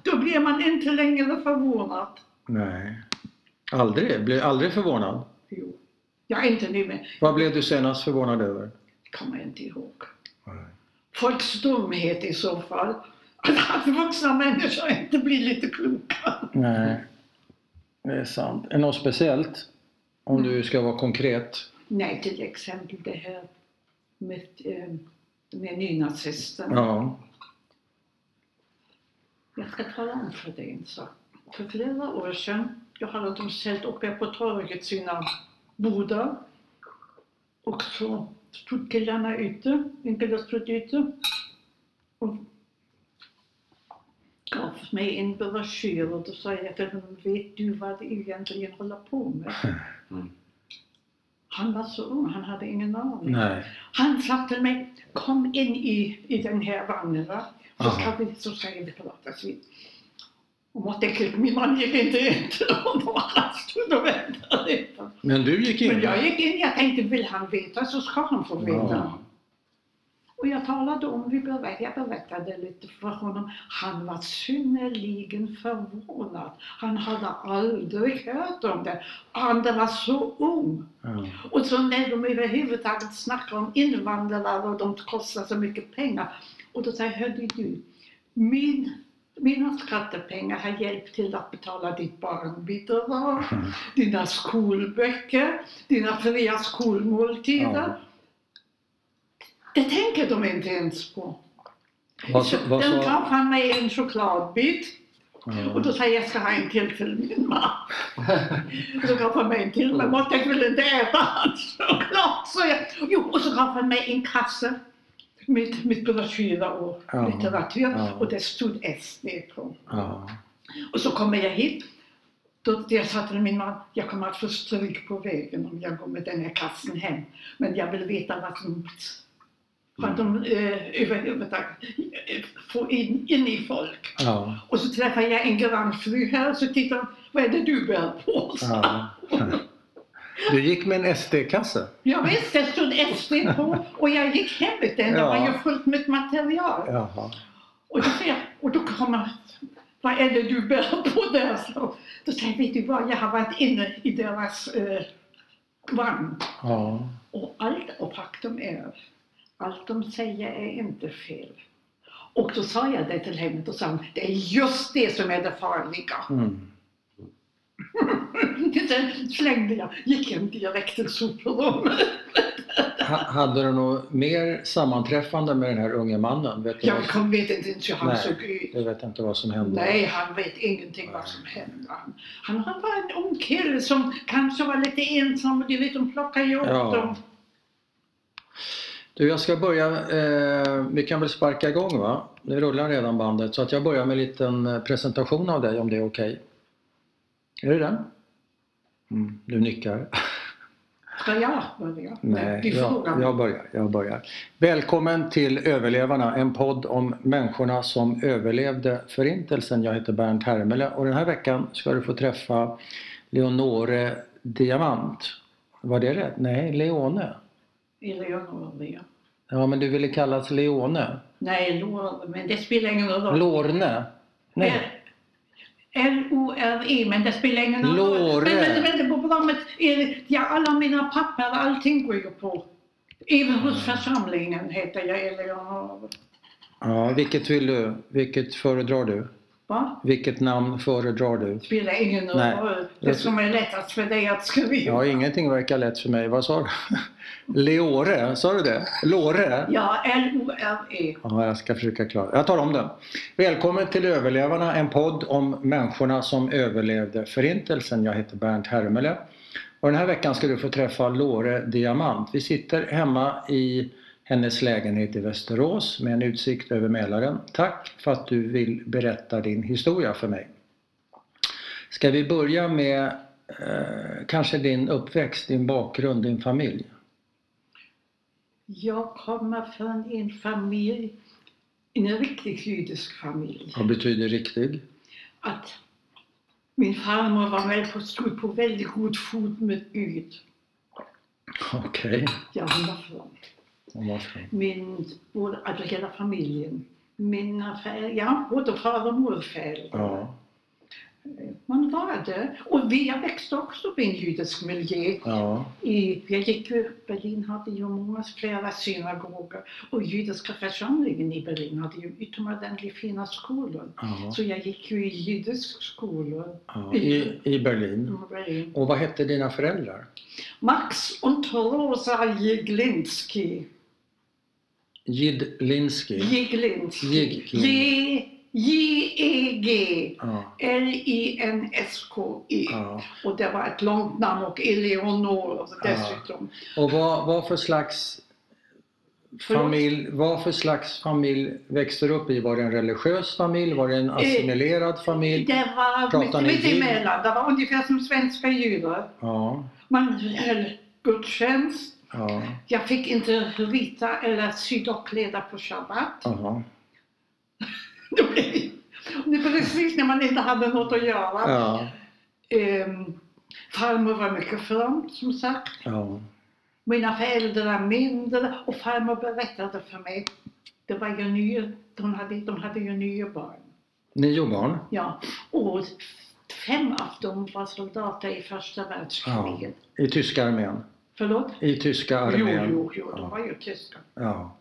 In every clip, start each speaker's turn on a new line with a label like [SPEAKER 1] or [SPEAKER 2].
[SPEAKER 1] blir man inte längre förvånad.
[SPEAKER 2] Nej. Aldrig? Blir aldrig förvånad?
[SPEAKER 1] Jo. Jag är inte nu med.
[SPEAKER 2] Vad blev du senast förvånad över?
[SPEAKER 1] Det kommer jag inte ihåg.
[SPEAKER 2] Nej.
[SPEAKER 1] Folks dumhet i så fall. Att vuxna människor inte blir lite kloka.
[SPEAKER 2] Nej. Det är sant. Är något speciellt? Om du ska vara konkret.
[SPEAKER 1] Nej, till exempel det här med, eh, med nynazisterna.
[SPEAKER 2] Ja.
[SPEAKER 1] Jag ska tala om för dig en sak. För flera år sedan, jag hade de ställt uppe på torget sina bodar. Och så stod killarna ute, en kille stod ute och gav mig en broschyr och då sa jag till honom, vet du vad du egentligen håller på med?
[SPEAKER 3] Mm.
[SPEAKER 1] Han var så ung, han hade ingen aning.
[SPEAKER 2] Nej.
[SPEAKER 1] Han sa till mig, kom in i, i den här vagnen va? Så
[SPEAKER 2] Aha.
[SPEAKER 1] ska vi, så säger vi pratas vi. Och måtte min man gick inte in till honom, han stod och väntade. inte.
[SPEAKER 2] Men du gick in?
[SPEAKER 1] Men jag gick in, jag tänkte, vill han veta så ska han få veta.
[SPEAKER 2] Ja.
[SPEAKER 1] Och jag talade om, vi berätt, jag berättade lite för honom. Han var synnerligen förvånad. Han hade aldrig hört om det. Han var så ung.
[SPEAKER 2] Ja.
[SPEAKER 1] Och så när de överhuvudtaget snackar om invandrare och de kostar så mycket pengar. Och då säger jag, hörde du, min, mina skattepengar har hjälpt till att betala ditt barnbidrag, dina skolböcker, dina fria skolmåltider.
[SPEAKER 2] Ja.
[SPEAKER 1] Det tänker de inte ens på.
[SPEAKER 2] Vad,
[SPEAKER 1] Så
[SPEAKER 2] sa- vad
[SPEAKER 1] Den gav
[SPEAKER 2] sa...
[SPEAKER 1] han mig en chokladbit och
[SPEAKER 2] Ja.
[SPEAKER 1] då säger jag, jag ska ha en till till min man. Och så gav han mig en till, men Motte ville inte äta hans choklad. Så jag, jo, och så gav han mig en kasse med, med broschyrer och
[SPEAKER 2] Ja.
[SPEAKER 1] litteratur
[SPEAKER 2] Ja.
[SPEAKER 1] och det stod SD på.
[SPEAKER 2] Ja.
[SPEAKER 1] Och så kommer jag hit. Då jag sa till min man, jag kommer att få stryk på vägen om jag går med den här kassen hem. Men jag vill veta vad som vad de eh, överhuvudtaget eh, får in, in i folk.
[SPEAKER 2] Ja.
[SPEAKER 1] Och så träffar jag en grannfru här och så tittar hon, vad är det du bär på?
[SPEAKER 2] Ja. Du gick med en SD-kasse?
[SPEAKER 1] Jag visste, det stod SD på och jag gick hem med den. Det
[SPEAKER 2] Ja.
[SPEAKER 1] var ju fullt med material.
[SPEAKER 2] Jaha.
[SPEAKER 1] Och då, ser jag, och då kommer vad är det du bär på där? Så, då säger jag, vet du vad, jag har varit inne i deras eh, vagn.
[SPEAKER 2] Ja.
[SPEAKER 1] Och allt, och faktum är, allt de säger är inte fel. Och då sa jag det till henne, och sa hon, det är just det som är det farliga.
[SPEAKER 2] Mm.
[SPEAKER 1] Sen slängde jag, gick hem direkt till soprummet.
[SPEAKER 2] Ha, hade du något mer sammanträffande med den här unge mannen? Vet du
[SPEAKER 1] Jag
[SPEAKER 2] vad-
[SPEAKER 1] kom, vet inte ens hur han
[SPEAKER 2] Nej.
[SPEAKER 1] såg ut.
[SPEAKER 2] Jag vet inte vad som hände.
[SPEAKER 1] Nej, han vet ingenting vad som hände. Han, han han var en ung kille som kanske var lite ensam och du vet, de plockar ju upp
[SPEAKER 2] Ja.
[SPEAKER 1] dem.
[SPEAKER 2] Du, jag ska börja. Eh, vi kan väl sparka igång va? Det rullar redan bandet. Så att jag börjar med en liten eh, presentation av dig om det är okej. Är det den? Mm, du nickar.
[SPEAKER 1] Ska jag börja? du
[SPEAKER 2] jag,
[SPEAKER 1] frågar
[SPEAKER 2] jag börjar. Jag börjar. Välkommen till Överlevarna, en podd om människorna som överlevde Förintelsen. Jag heter Bernt Hermele och den här veckan ska du få träffa Leonore Diamant. Var det rätt? Nej, Leone.
[SPEAKER 1] Eleonora. Ja.
[SPEAKER 2] Ja, men du ville kallas Leone.
[SPEAKER 1] Nej, Lore, men det spelar ingen roll.
[SPEAKER 2] Lorne? Nej.
[SPEAKER 1] L-O-R-E, E, men det spelar ingen roll.
[SPEAKER 2] Lore.
[SPEAKER 1] Men, men, men det går bra med Erik. Ja, alla mina papper, allting går ju på. Även hos
[SPEAKER 2] Mm.
[SPEAKER 1] församlingen heter jag Eleonora.
[SPEAKER 2] Ja, vilket vill du? Vilket föredrar du?
[SPEAKER 1] Va?
[SPEAKER 2] Vilket namn föredrar du?
[SPEAKER 1] Spelar ingen roll.
[SPEAKER 2] Nej.
[SPEAKER 1] Det som är lättast för dig att skriva.
[SPEAKER 2] Ja, ingenting verkar lätt för mig. Vad sa du? Leore, sa du det? Lore?
[SPEAKER 1] Ja, L-O-R-E.
[SPEAKER 2] Ja, jag ska försöka klara Jag tar om den. Välkommen till Överlevarna, en podd om människorna som överlevde Förintelsen. Jag heter Bernt Hermele. Och den här veckan ska du få träffa Lore Diamant. Vi sitter hemma i hennes lägenhet i Västerås med en utsikt över Mälaren. Tack för att du vill berätta din historia för mig. Ska vi börja med eh, kanske din uppväxt, din bakgrund, din familj?
[SPEAKER 1] Jag kommer från en familj, en riktigt judisk familj.
[SPEAKER 2] Vad betyder riktig?
[SPEAKER 1] Att min farmor var med på, stod på väldigt god fot med Gud.
[SPEAKER 2] Okej.
[SPEAKER 1] Ja, hon var från.
[SPEAKER 2] Vad var det?
[SPEAKER 1] Min, både, alltså hela familjen. mina föräldrar, både far och morföräldrar.
[SPEAKER 2] Ja,
[SPEAKER 1] Man var det. Och vi, jag växte också upp i en judisk miljö.
[SPEAKER 2] ja,
[SPEAKER 1] I, jag gick ju, Berlin hade ju många flera synagoger och judiska församlingen i Berlin hade ju utomordentligt fina skolor.
[SPEAKER 2] ja,
[SPEAKER 1] Så jag gick ju i judisk skolor
[SPEAKER 2] ja. I, i Berlin.
[SPEAKER 1] i Berlin.
[SPEAKER 2] Och vad hette dina föräldrar?
[SPEAKER 1] Max und Rosa Jeglinski.
[SPEAKER 2] Jidlinski.
[SPEAKER 1] Jeglinski.
[SPEAKER 2] Jeglinski.
[SPEAKER 1] J- J-E-G.
[SPEAKER 2] Ja,
[SPEAKER 1] L-I-N-S-K-I.
[SPEAKER 2] ja.
[SPEAKER 1] E. Och det var ett långt namn och Eleonor och dessutom.
[SPEAKER 2] Och vad, vad för slags
[SPEAKER 1] Förlåt?
[SPEAKER 2] familj, vad för slags familj växte du upp i? Var det en religiös familj? Var det
[SPEAKER 1] Eh,
[SPEAKER 2] en assimilerad familj?
[SPEAKER 1] Det var
[SPEAKER 2] Pratar
[SPEAKER 1] mitt,
[SPEAKER 2] ni
[SPEAKER 1] mitt
[SPEAKER 2] jid?
[SPEAKER 1] emellan. Det var ungefär som svenska judar.
[SPEAKER 2] Ja,
[SPEAKER 1] Man höll gudstjänst.
[SPEAKER 2] ja,
[SPEAKER 1] Jag fick inte rita eller sy dockleda på shabbat.
[SPEAKER 2] aha.
[SPEAKER 1] Då blev det- Det är precis när man inte hade något att göra.
[SPEAKER 2] ja,
[SPEAKER 1] Ehm, farmor var mycket from, som sagt.
[SPEAKER 2] ja,
[SPEAKER 1] Mina föräldrar mindre och farmor berättade för mig. Det var ju nya, de, hade, de hade ju nya barn.
[SPEAKER 2] Nio barn?
[SPEAKER 1] Ja, och fem av dem var soldater i första världskriget.
[SPEAKER 2] I tyska armén?
[SPEAKER 1] Förlåt?
[SPEAKER 2] I tyska
[SPEAKER 1] Jo,
[SPEAKER 2] armén?
[SPEAKER 1] jo, jo,
[SPEAKER 2] Ja.
[SPEAKER 1] de var ju tyskar.
[SPEAKER 2] Ja.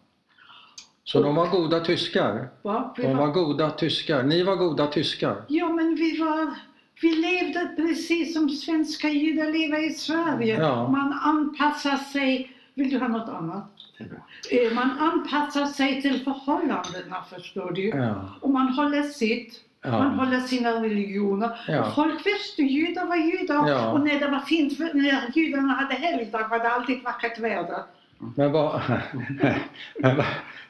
[SPEAKER 2] Så de var goda tyskar?
[SPEAKER 1] Va? Vi
[SPEAKER 2] De
[SPEAKER 1] var,
[SPEAKER 2] var goda tyskar. Ni var goda tyskar?
[SPEAKER 1] ja, men vi var... Vi levde precis som svenska judar lever i Sverige.
[SPEAKER 2] Ja.
[SPEAKER 1] Man anpassar sig... Vill du ha något annat? Eh, Man anpassar sig till förhållandena, förstår du.
[SPEAKER 2] Ja.
[SPEAKER 1] Och man håller sitt. Man
[SPEAKER 2] ja.
[SPEAKER 1] håller sina religioner.
[SPEAKER 2] Ja.
[SPEAKER 1] Och folk visste judar var judar.
[SPEAKER 2] Ja.
[SPEAKER 1] Och när det var fint, för- när judarna hade helgdag var det alltid vackert väder.
[SPEAKER 2] Men, vad, men vad,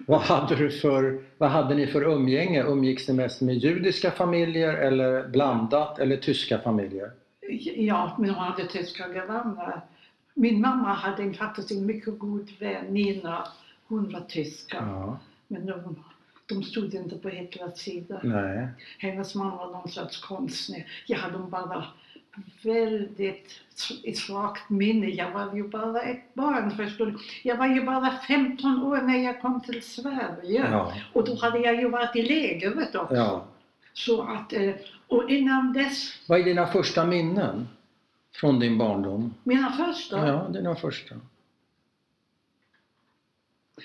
[SPEAKER 2] vad, hade du för, vad hade ni för umgänge? Umgicks ni mest med judiska familjer eller blandat eller tyska familjer?
[SPEAKER 1] Ja, men de hade tyska grannar. Min mamma hade en- faktiskt en mycket god vän, Nina. Hon var tyska.
[SPEAKER 2] Ja.
[SPEAKER 1] Men de, de stod inte på Hitlers sida.
[SPEAKER 2] Nej.
[SPEAKER 1] Hennes man var någon sorts konstnär. Jag hade bara väldigt s- ett svagt minne. Jag var ju bara ett barn förstår du. Jag var ju bara 15 år när jag kom till Sverige.
[SPEAKER 2] Ja.
[SPEAKER 1] Och då hade jag ju varit i lägret också.
[SPEAKER 2] ja.
[SPEAKER 1] Så att, eh, och innan dess,
[SPEAKER 2] Vad är dina första minnen från din barndom?
[SPEAKER 1] mina första,
[SPEAKER 2] Ja, dina första.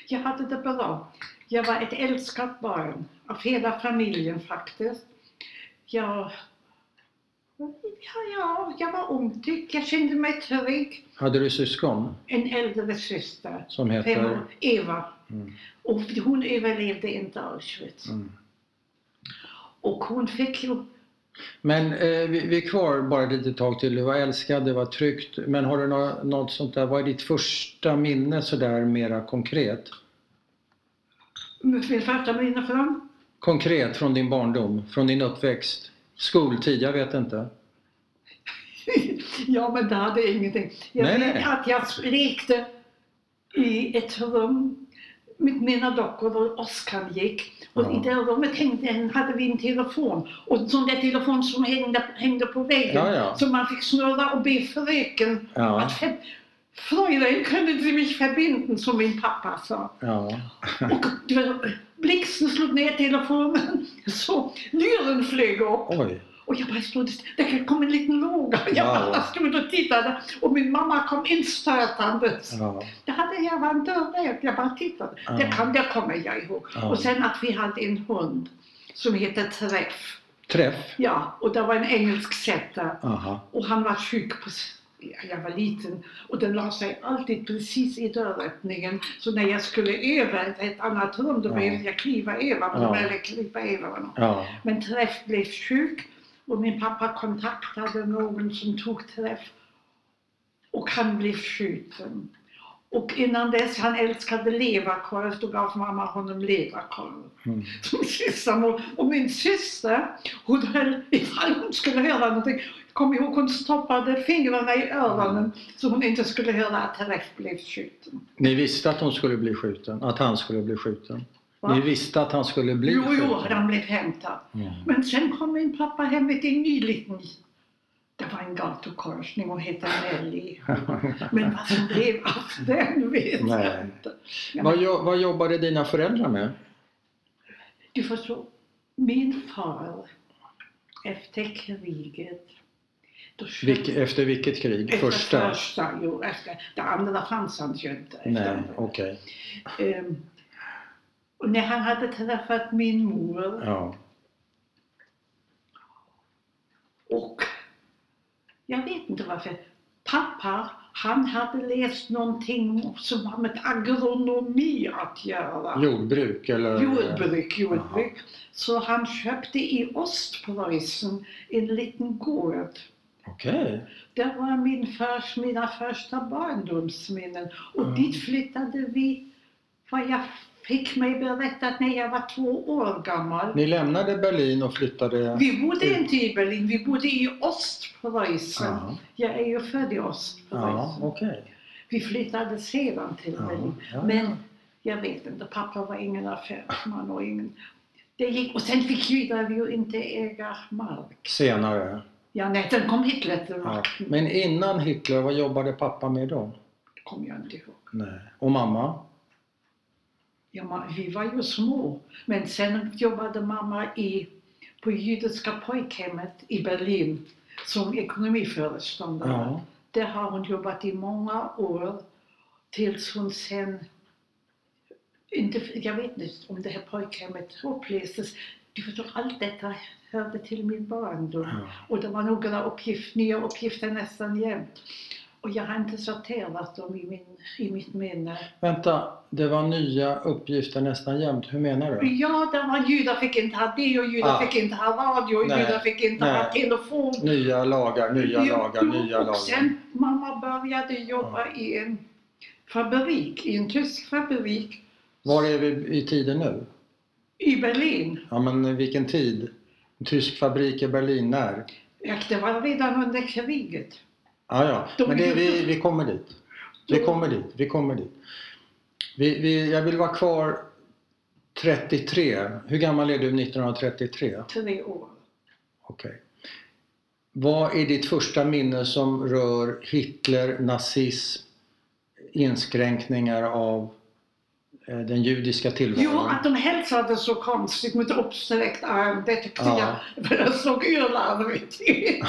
[SPEAKER 1] jag hade det bra. Jag var ett älskat barn av hela familjen faktiskt. Jag, ja, ja, jag var omtyckt, jag kände mig trygg.
[SPEAKER 2] Hade du syskon
[SPEAKER 1] En äldre syster,
[SPEAKER 2] som
[SPEAKER 1] fem
[SPEAKER 2] heter...
[SPEAKER 1] år, Eva.
[SPEAKER 2] Mm.
[SPEAKER 1] Och hon överlevde inte Auschwitz.
[SPEAKER 2] Mm.
[SPEAKER 1] Och hon fick ju,
[SPEAKER 2] Men eh, vi, vi är kvar bara ett litet tag till. Du var älskad, det var tryggt. Men har du nå- något sånt där, vad är ditt första minne sådär mera konkret?
[SPEAKER 1] min första minne från,
[SPEAKER 2] Konkret från din barndom, från din uppväxt? Skoltid, jag vet inte.
[SPEAKER 1] ja men det hade ingenting. Jag
[SPEAKER 2] Nej,
[SPEAKER 1] vet
[SPEAKER 2] nej.
[SPEAKER 1] att jag lekte i ett rum med mina dockor och Oskar gick. Och
[SPEAKER 2] Ja.
[SPEAKER 1] i det rummet hängde, hade vi en telefon. Och en sån där telefon som hängde, hängde på väggen.
[SPEAKER 2] Ja, ja.
[SPEAKER 1] Så man fick snurra och be fröken
[SPEAKER 2] Ja,
[SPEAKER 1] att fe- Freulein, können Sie mich verbinden, som min pappa sa.
[SPEAKER 2] ja.
[SPEAKER 1] Och blixten slog ner telefonen så luren flög upp.
[SPEAKER 2] Oj.
[SPEAKER 1] Och jag bara stod det kom en liten låga. Jag
[SPEAKER 2] Ja.
[SPEAKER 1] bara stod och tittade och min mamma kom instötandes.
[SPEAKER 2] Ja,
[SPEAKER 1] Det hade jag var en dörrväg, jag bara tittade.
[SPEAKER 2] Ja.
[SPEAKER 1] Det, kan, det kommer jag ihåg.
[SPEAKER 2] ja.
[SPEAKER 1] Och sen att vi hade en hund som hette Träff.
[SPEAKER 2] Träff?
[SPEAKER 1] Ja, och det var en engelsk setter.
[SPEAKER 2] Aha.
[SPEAKER 1] Och han var sjuk, på, s- ja, jag var liten. Och den la sig alltid precis i dörröppningen. Så när jag skulle över till ett annat rum, då
[SPEAKER 2] Ja.
[SPEAKER 1] behövde jag kliva över. Men
[SPEAKER 2] Ja.
[SPEAKER 1] då började jag kliva över honom.
[SPEAKER 2] Ja,
[SPEAKER 1] Men Träff blev sjuk och min pappa kontaktade någon som tog Träff och han blev skjuten. Och innan dess, han älskade leverkorv, då gav mamma honom leverkorv
[SPEAKER 2] mm.
[SPEAKER 1] som systermor. Och min syster, hon höll, ifall hon skulle höra någonting, kom ihåg hon stoppade fingrarna i öronen så hon inte skulle höra att Träff blev skjuten.
[SPEAKER 2] Ni visste att hon skulle bli skjuten, att han skulle bli skjuten?
[SPEAKER 1] Va?
[SPEAKER 2] Ni visste att han skulle bli
[SPEAKER 1] Jo,
[SPEAKER 2] skjuten?
[SPEAKER 1] jo, han blev hämtad.
[SPEAKER 2] Mm.
[SPEAKER 1] Men sen kom min pappa hem med en ny liten... Det var en gatukorsning och hette Nelly. Men vad som blev av den vet
[SPEAKER 2] Nej.
[SPEAKER 1] jag inte.
[SPEAKER 2] Vad, jo- vad jobbade dina föräldrar med?
[SPEAKER 1] Du förstår, min far efter kriget då köpte-
[SPEAKER 2] Vilk, efter vilket krig?
[SPEAKER 1] efter
[SPEAKER 2] Första?
[SPEAKER 1] första jo, efter, det andra fanns han ju inte. efter
[SPEAKER 2] Nej,
[SPEAKER 1] andra.
[SPEAKER 2] okej.
[SPEAKER 1] Ehm, och när han hade träffat min mor
[SPEAKER 2] Ja.
[SPEAKER 1] och jag vet inte varför. Pappa, han hade läst någonting som har med agronomi att göra.
[SPEAKER 2] Jordbruk eller?
[SPEAKER 1] Jordbruk, jordbruk. Så han köpte i Ostpreussen en liten gård.
[SPEAKER 2] Okej.
[SPEAKER 1] Det var min förs, mina första barndomsminnen. Och
[SPEAKER 2] Mm.
[SPEAKER 1] dit flyttade vi, vad jag fick mig berättat, när jag var två år gammal.
[SPEAKER 2] Ni lämnade Berlin och flyttade?
[SPEAKER 1] Vi bodde
[SPEAKER 2] Mm.
[SPEAKER 1] inte i Berlin, vi bodde i Ostpreussen.
[SPEAKER 2] Ja,
[SPEAKER 1] Jag är ju född i Ostpreussen.
[SPEAKER 2] ja okej.
[SPEAKER 1] Vi flyttade sedan till
[SPEAKER 2] Ja,
[SPEAKER 1] Berlin.
[SPEAKER 2] ja,
[SPEAKER 1] Men
[SPEAKER 2] ja.
[SPEAKER 1] jag vet inte, pappa var ingen affärsman och ingen... Det gick, och sen fick judar ju inte äga mark.
[SPEAKER 2] Senare?
[SPEAKER 1] Ja, nej, sen kom Hitler till
[SPEAKER 2] Ja.
[SPEAKER 1] makten.
[SPEAKER 2] Men innan Hitler, vad jobbade pappa med då?
[SPEAKER 1] Det kommer jag inte ihåg.
[SPEAKER 2] Nej. Och mamma?
[SPEAKER 1] Ja, ma- vi var ju små. Men sen jobbade mamma i, på judiska pojkhemmet i Berlin som ekonomiföreståndare.
[SPEAKER 2] Ja.
[SPEAKER 1] Där har hon jobbat i många år tills hon sen, inte, jag vet inte om det här pojkhemmet upplöstes. Du förstår, allt detta hörde till min barndom.
[SPEAKER 2] ja.
[SPEAKER 1] Och det var några uppgift, nya uppgifter nästan jämt. Och jag har inte sorterat dem i, min, i mitt minne.
[SPEAKER 2] Vänta, det var nya uppgifter nästan jämt. Hur menar du?
[SPEAKER 1] Ja, det var judar fick inte ha det och judar
[SPEAKER 2] Ah.
[SPEAKER 1] fick inte ha radio och
[SPEAKER 2] Nej,
[SPEAKER 1] judar fick inte ha
[SPEAKER 2] nej.
[SPEAKER 1] telefon.
[SPEAKER 2] Nya lagar, nya
[SPEAKER 1] Jo,
[SPEAKER 2] lagar, nya
[SPEAKER 1] och
[SPEAKER 2] lagar. Ah.
[SPEAKER 1] sen mamma började jobba i en fabrik, i en tysk fabrik
[SPEAKER 2] Var är vi i tiden nu?
[SPEAKER 1] i Berlin.
[SPEAKER 2] Ja, men vilken tid? En tysk fabrik i Berlin, när?
[SPEAKER 1] Och det var redan under kriget.
[SPEAKER 2] Ja, ja.
[SPEAKER 1] De
[SPEAKER 2] Men det, vi,
[SPEAKER 1] gjorde-
[SPEAKER 2] vi kommer dit. Vi
[SPEAKER 1] De-
[SPEAKER 2] kommer dit. Vi kommer dit. Vi, vi, jag vill vara kvar 33. Hur gammal är du 1933?
[SPEAKER 1] Tre år.
[SPEAKER 2] Okej. Vad är ditt första minne som rör Hitler, nazism, inskränkningar av eh, den judiska tillvaron?
[SPEAKER 1] Jo, att de hälsade så konstigt med uppsträckt arm, det tyckte
[SPEAKER 2] Ja.
[SPEAKER 1] jag. För det såg urlarvigt ut.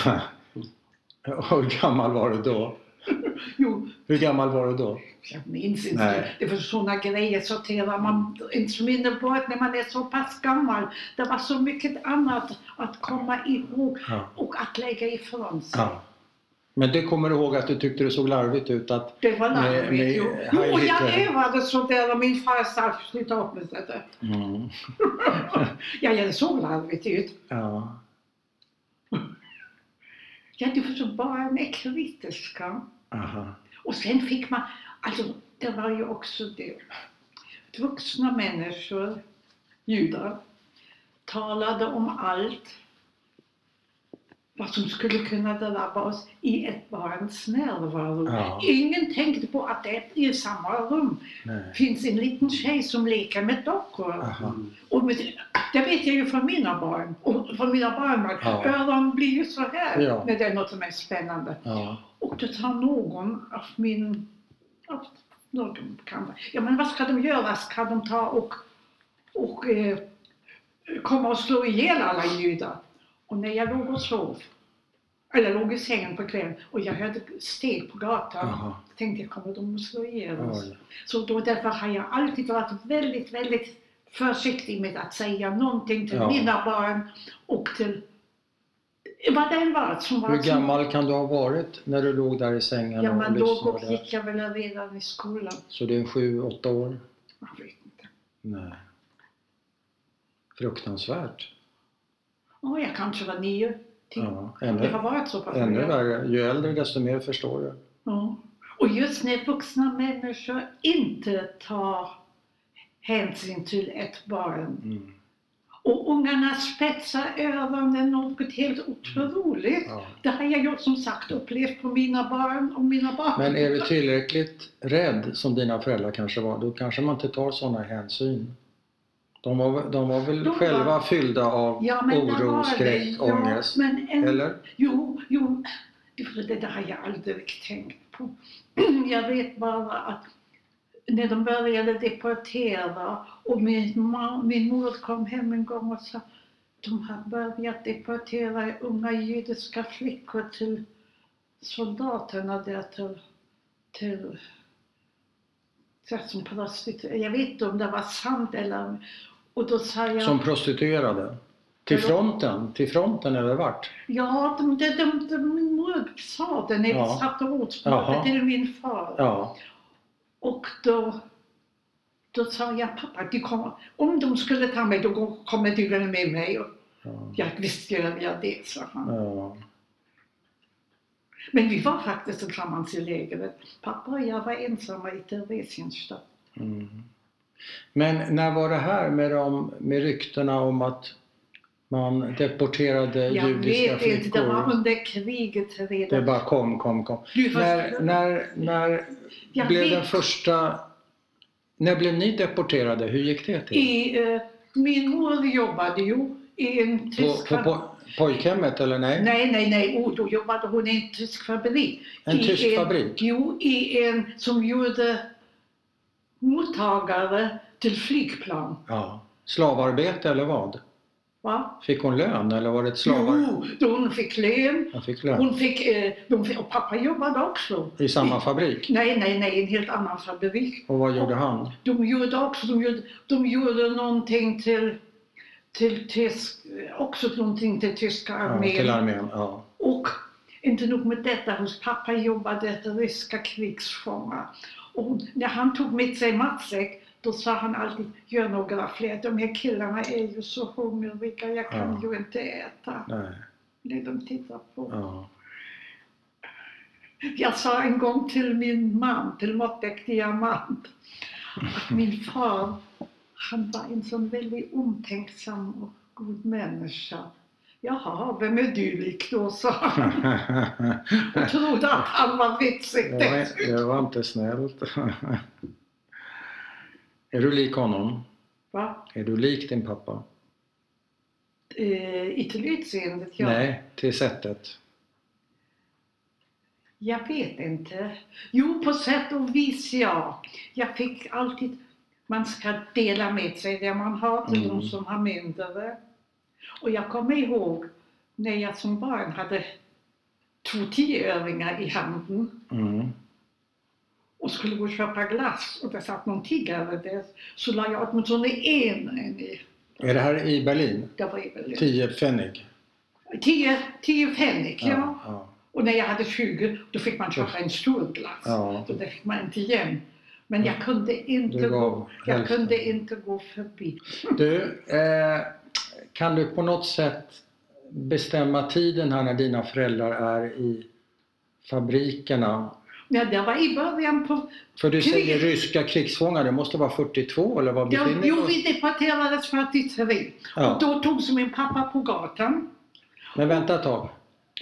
[SPEAKER 2] Hur gammal var du då?
[SPEAKER 1] Jo,
[SPEAKER 2] Hur gammal var du då?
[SPEAKER 1] jag minns inte.
[SPEAKER 2] Nej.
[SPEAKER 1] Det var sådana grejer sorterar man inte minne bort när man är så pass gammal. Det var så mycket annat att komma ihåg
[SPEAKER 2] Ja.
[SPEAKER 1] och att lägga ifrån sig.
[SPEAKER 2] ja. Men det kommer du ihåg att du tyckte det såg larvigt ut att
[SPEAKER 1] Det var
[SPEAKER 2] Med- med
[SPEAKER 1] larvigt. Jo,
[SPEAKER 2] high
[SPEAKER 1] jo och jag
[SPEAKER 2] Hitler.
[SPEAKER 1] övade sådär och min far sa sluta upp med det. där."
[SPEAKER 2] Mm.
[SPEAKER 1] Ja, jag såg larvigt ut.
[SPEAKER 2] Ja.
[SPEAKER 1] Ja, du förstår, barn är kritiska.
[SPEAKER 2] Aha.
[SPEAKER 1] Och sen fick man, alltså det var ju också det. Vuxna människor, judar, talade om allt vad som skulle kunna drabba oss i ett barns närvaro.
[SPEAKER 2] Ja.
[SPEAKER 1] Ingen tänkte på att det är i samma rum
[SPEAKER 2] Nej.
[SPEAKER 1] finns en liten tjej som leker med dockor.
[SPEAKER 2] Aha.
[SPEAKER 1] Och med, det vet jag ju från mina barn. Och från mina barnbarn.
[SPEAKER 2] Ja.
[SPEAKER 1] Öron blir ju så här
[SPEAKER 2] Ja.
[SPEAKER 1] när det är något som är spännande.
[SPEAKER 2] Ja.
[SPEAKER 1] Och då tar någon av min... Av någon kan, ja men vad ska de göra? Ska de ta och, och eh, komma och slå ihjäl alla judar? Och när jag låg och sov, eller låg i sängen på kvällen och jag hörde steg på gatan,
[SPEAKER 2] Aha.
[SPEAKER 1] tänkte jag kommer de att slå ihjäl oss?
[SPEAKER 2] Oj.
[SPEAKER 1] Så då därför har jag alltid varit väldigt, väldigt försiktig med att säga någonting till
[SPEAKER 2] Ja.
[SPEAKER 1] mina barn och till vad det än var som var.
[SPEAKER 2] Hur gammal kan du ha varit när du låg där i sängen
[SPEAKER 1] Ja, men
[SPEAKER 2] och
[SPEAKER 1] då och
[SPEAKER 2] lyssnade?
[SPEAKER 1] gick jag väl redan i skolan.
[SPEAKER 2] Så det är sju, åtta år?
[SPEAKER 1] Jag vet inte.
[SPEAKER 2] Nej. Fruktansvärt.
[SPEAKER 1] Oh, jag kanske var nio, tio.
[SPEAKER 2] Ja.
[SPEAKER 1] Det har
[SPEAKER 2] Ännu,
[SPEAKER 1] varit så pass.
[SPEAKER 2] ännu
[SPEAKER 1] länge.
[SPEAKER 2] värre. Ju äldre desto mer förstår jag.
[SPEAKER 1] Ja. Och just när vuxna människor inte tar hänsyn till ett barn
[SPEAKER 2] Mm.
[SPEAKER 1] och ungarna spetsar öronen något helt otroligt.
[SPEAKER 2] Ja.
[SPEAKER 1] Det har jag gjort som sagt upplevt på mina barn och mina barn.
[SPEAKER 2] Men är du tillräckligt rädd, som dina föräldrar kanske var, då kanske man inte tar sådana hänsyn. De var, de var väl
[SPEAKER 1] De var-
[SPEAKER 2] själva fyllda av
[SPEAKER 1] ja, där var
[SPEAKER 2] oro,
[SPEAKER 1] det.
[SPEAKER 2] skräck,
[SPEAKER 1] Ja,
[SPEAKER 2] ångest?
[SPEAKER 1] Men en,
[SPEAKER 2] Eller?
[SPEAKER 1] Jo, jo. Det, det där har jag aldrig tänkt på. Jag vet bara att när de började deportera och min, ma- min mor kom hem en gång och sa de har börjat deportera unga judiska flickor till soldaterna där till, till så som prostituerade. Jag vet inte om det var sant eller och då sa jag
[SPEAKER 2] Som prostituerade? Till
[SPEAKER 1] Ja.
[SPEAKER 2] fronten? Till fronten eller vart?
[SPEAKER 1] Ja, de, de, de, de, min mor sa det när vi
[SPEAKER 2] Ja.
[SPEAKER 1] satt och åt
[SPEAKER 2] Jaha.
[SPEAKER 1] maten till min far.
[SPEAKER 2] Ja.
[SPEAKER 1] Och då, då sa jag, pappa, du kommer, om de skulle ta mig, då går- kommer du väl med mig? Och
[SPEAKER 2] Ja.
[SPEAKER 1] jag visst gör jag det, sa han.
[SPEAKER 2] ja.
[SPEAKER 1] Men vi var faktiskt tillsammans i lägret. Pappa och jag var ensamma i Theresienstadt.
[SPEAKER 2] Mm. Men när var det här med, de, med ryktena om att man deporterade
[SPEAKER 1] Jag
[SPEAKER 2] judiska
[SPEAKER 1] vet
[SPEAKER 2] flickor?
[SPEAKER 1] inte, det var under kriget redan.
[SPEAKER 2] Det bara kom, kom, kom.
[SPEAKER 1] Du, fast-
[SPEAKER 2] När, när, när
[SPEAKER 1] Jag
[SPEAKER 2] blev
[SPEAKER 1] vet.
[SPEAKER 2] den första... När blev ni deporterade? Hur gick det till?
[SPEAKER 1] I, eh, min mor jobbade ju i en
[SPEAKER 2] På,
[SPEAKER 1] tysk
[SPEAKER 2] på
[SPEAKER 1] fabrik.
[SPEAKER 2] po- pojkhemmet eller nej?
[SPEAKER 1] Nej, nej, nej, oh, då jobbade hon i en tysk fabrik.
[SPEAKER 2] En
[SPEAKER 1] I
[SPEAKER 2] tysk fabrik?
[SPEAKER 1] Jo, i en som gjorde mottagare till flygplan.
[SPEAKER 2] Ja. Slavarbete eller vad?
[SPEAKER 1] Va?
[SPEAKER 2] Fick hon lön eller var det ett slavar?
[SPEAKER 1] Jo, då hon fick lön.
[SPEAKER 2] Hon fick lön.
[SPEAKER 1] Hon fick, eh, de fick, och pappa jobbade också.
[SPEAKER 2] I samma fabrik?
[SPEAKER 1] Nej, nej, nej, en helt annan fabrik.
[SPEAKER 2] Och vad gjorde han?
[SPEAKER 1] De gjorde också, de gjorde, de gjorde någonting till, till tysk, också någonting till tyska
[SPEAKER 2] Ja,
[SPEAKER 1] armén.
[SPEAKER 2] till armén? Ja.
[SPEAKER 1] Och inte nog med detta, hos pappa jobbade ryska krigsfångar. Och när han tog med sig matsäck, då sa han alltid, gör några fler, de här killarna är ju så hungriga, jag kan
[SPEAKER 2] Ja.
[SPEAKER 1] ju inte äta.
[SPEAKER 2] Nej.
[SPEAKER 1] När de tittar på.
[SPEAKER 2] Ja.
[SPEAKER 1] Jag sa en gång till min man, till måttmäktiga man, att min far, han var en sån väldigt omtänksam och god människa. Jaha, vem är du lik då, sa han. Jag trodde att han var vitsig
[SPEAKER 2] det, var, det var inte snällt. Är du lik honom?
[SPEAKER 1] Va?
[SPEAKER 2] Är du lik din pappa?
[SPEAKER 1] Eh, I till utseendet, ja.
[SPEAKER 2] Nej, till sättet.
[SPEAKER 1] Jag vet inte. Jo, på sätt och vis ja. Jag fick alltid, man ska dela med sig det man har till
[SPEAKER 2] Mm.
[SPEAKER 1] de som har mindre. Och jag kommer ihåg när jag som barn hade två tioöringar i handen
[SPEAKER 2] Mm.
[SPEAKER 1] och skulle gå och köpa glass och det satt någon tiggare där så la jag åtminstone en, en i.
[SPEAKER 2] Är det här i Berlin?
[SPEAKER 1] Det var ju väl
[SPEAKER 2] Tio Pfennig?
[SPEAKER 1] tio, tio fänrik, ja.
[SPEAKER 2] ja.
[SPEAKER 1] Och när jag hade 20 då fick man köpa en stor glass.
[SPEAKER 2] ja.
[SPEAKER 1] Så det fick man inte igen. Men jag kunde inte,
[SPEAKER 2] Du gav
[SPEAKER 1] gå, jag
[SPEAKER 2] hälften.
[SPEAKER 1] kunde inte gå förbi.
[SPEAKER 2] Du, eh, kan du på något sätt bestämma tiden här när dina föräldrar är i fabrikerna?
[SPEAKER 1] Ja, det var i början på...
[SPEAKER 2] För du
[SPEAKER 1] Krig.
[SPEAKER 2] säger ryska krigsfångar, det måste vara 42 eller vad
[SPEAKER 1] Ja,
[SPEAKER 2] befinner vi
[SPEAKER 1] jo,
[SPEAKER 2] oss?
[SPEAKER 1] vi deporterades 43. Och
[SPEAKER 2] Ja.
[SPEAKER 1] då togs min pappa på gatan.
[SPEAKER 2] Men vänta ett tag.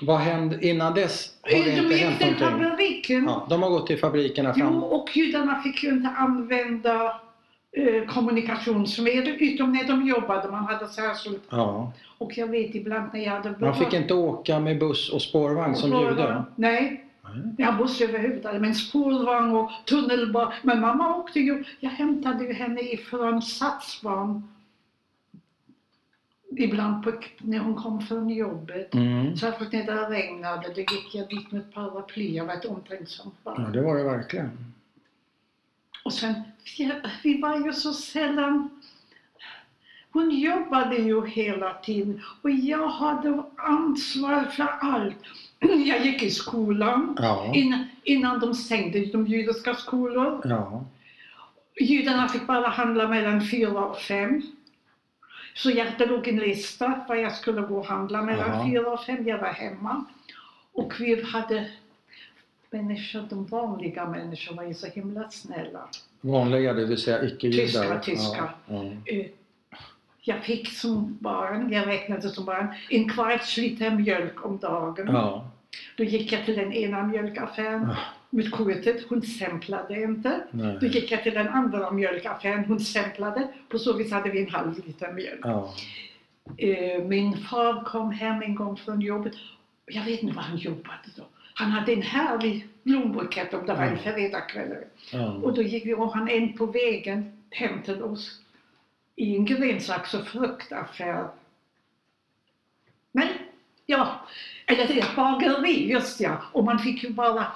[SPEAKER 2] Vad hände innan dess? Har det
[SPEAKER 1] Eh, De
[SPEAKER 2] inte
[SPEAKER 1] gick
[SPEAKER 2] hänt
[SPEAKER 1] till
[SPEAKER 2] någonting?
[SPEAKER 1] fabriken.
[SPEAKER 2] Ja, de har gått till fabrikerna
[SPEAKER 1] Jo,
[SPEAKER 2] fram.
[SPEAKER 1] och judarna fick ju inte använda eh, kommunikationsmedel utom när de jobbade. Man hade särskilt...
[SPEAKER 2] Ja.
[SPEAKER 1] Och jag vet ibland när jag hade...
[SPEAKER 2] Man fick inte åka med buss och spårvagn som jude.
[SPEAKER 1] Nej,
[SPEAKER 2] Nej.
[SPEAKER 1] Jag buss överhuvudtaget, men spårvagn och tunnelbana. Men mamma åkte ju, jag hämtade ju henne ifrån Satsbarn. Ibland på, när hon kom från jobbet.
[SPEAKER 2] Mm.
[SPEAKER 1] Särskilt när det regnade, då gick jag dit med ett paraply. Jag var ett omtänksamt
[SPEAKER 2] Ja,
[SPEAKER 1] barn.
[SPEAKER 2] det var det verkligen.
[SPEAKER 1] Och sen, vi- vi var ju så sällan... Hon jobbade ju hela tiden och jag hade ansvar för allt. Jag gick i skolan.
[SPEAKER 2] Ja.
[SPEAKER 1] Innan, innan de stängde de judiska skolor.
[SPEAKER 2] Ja.
[SPEAKER 1] Judarna fick bara handla mellan fyra och fem. Så jag, det låg en lista vad jag skulle gå och handla
[SPEAKER 2] Aha.
[SPEAKER 1] mellan fyra och fem. Jag var hemma. Och vi hade människor, de vanliga människorna var ju så himla snälla.
[SPEAKER 2] Vanliga, det vill säga icke-judar.
[SPEAKER 1] Tyskar, tyskar.
[SPEAKER 2] Ja. Ja.
[SPEAKER 1] Eh, Jag fick som barn, jag räknade som barn, en kvarts liter mjölk om dagen.
[SPEAKER 2] Ja.
[SPEAKER 1] Då gick jag till den ena mjölkaffären
[SPEAKER 2] Ah.
[SPEAKER 1] med kortet, hon samplade inte. Då
[SPEAKER 2] Nej.
[SPEAKER 1] gick jag till den andra mjölkaffären, hon samplade. På så vis hade vi en halv liter mjölk.
[SPEAKER 2] Ja.
[SPEAKER 1] Eh, Min far kom hem en gång från jobbet. Jag vet inte vad han jobbade då. Han hade en härlig blombukett om det var en fredagkväll.
[SPEAKER 2] Ja.
[SPEAKER 1] Och då gick vi och han en på vägen hem till oss i en grönsaks och fruktaffär. Men, ja, eller det är ett bageri, just ja. Och man fick ju bara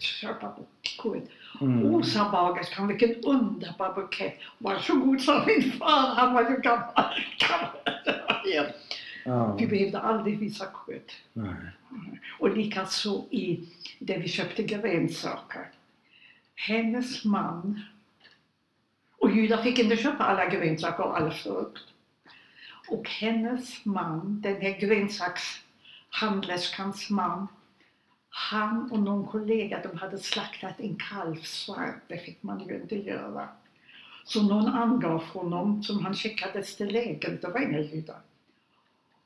[SPEAKER 1] köpa på kortet.
[SPEAKER 2] Mm.
[SPEAKER 1] Osa bagerskan, vilken underbar bukett. Varsågod, sa min far, han var ju gammal. gammal.
[SPEAKER 2] Ja.
[SPEAKER 1] Vi behövde aldrig visa kort.
[SPEAKER 2] Nej.
[SPEAKER 1] Och likaså i där vi köpte grönsaker. Hennes man och judar fick inte köpa alla grönsaker och all frukt. Och hennes man, den här grönsakshandlerskans man, han och någon kollega de hade slaktat en kalvsvart, det fick man ju inte göra. Så någon angav honom som han skickades till lägret, det var inga judar.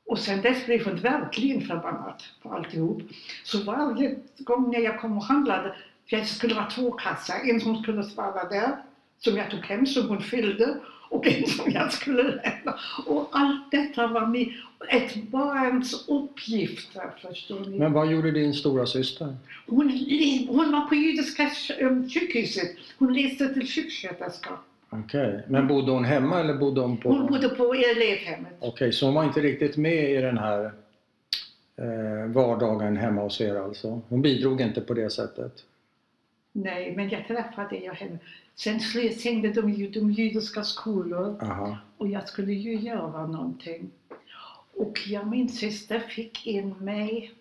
[SPEAKER 1] Och sen dess blev hon verkligen förbannad på alltihop. Så varje gång när jag kom och handlade, jag skulle vara två kassar, en som skulle vara där, som jag tog hem, som hon fyllde, och en som jag skulle lämna. Och allt detta var med, ett barns uppgifter, förstår ni.
[SPEAKER 2] Men vad gjorde din stora syster?
[SPEAKER 1] Hon, le- hon var på judiska sj- eh, sjukhuset. Hon läste till sjuksköterska.
[SPEAKER 2] Okej. Men bodde hon hemma eller bodde hon på...
[SPEAKER 1] Hon bodde på elevhemmet.
[SPEAKER 2] Okej, så hon var inte riktigt med i den här eh, vardagen hemma hos er alltså? Hon bidrog inte på det sättet?
[SPEAKER 1] Nej, men jag träffade jag henne. Sen sl- stängde de ju de judiska skolor
[SPEAKER 2] Aha.
[SPEAKER 1] och jag skulle ju göra någonting. Och jag, min syster fick in mig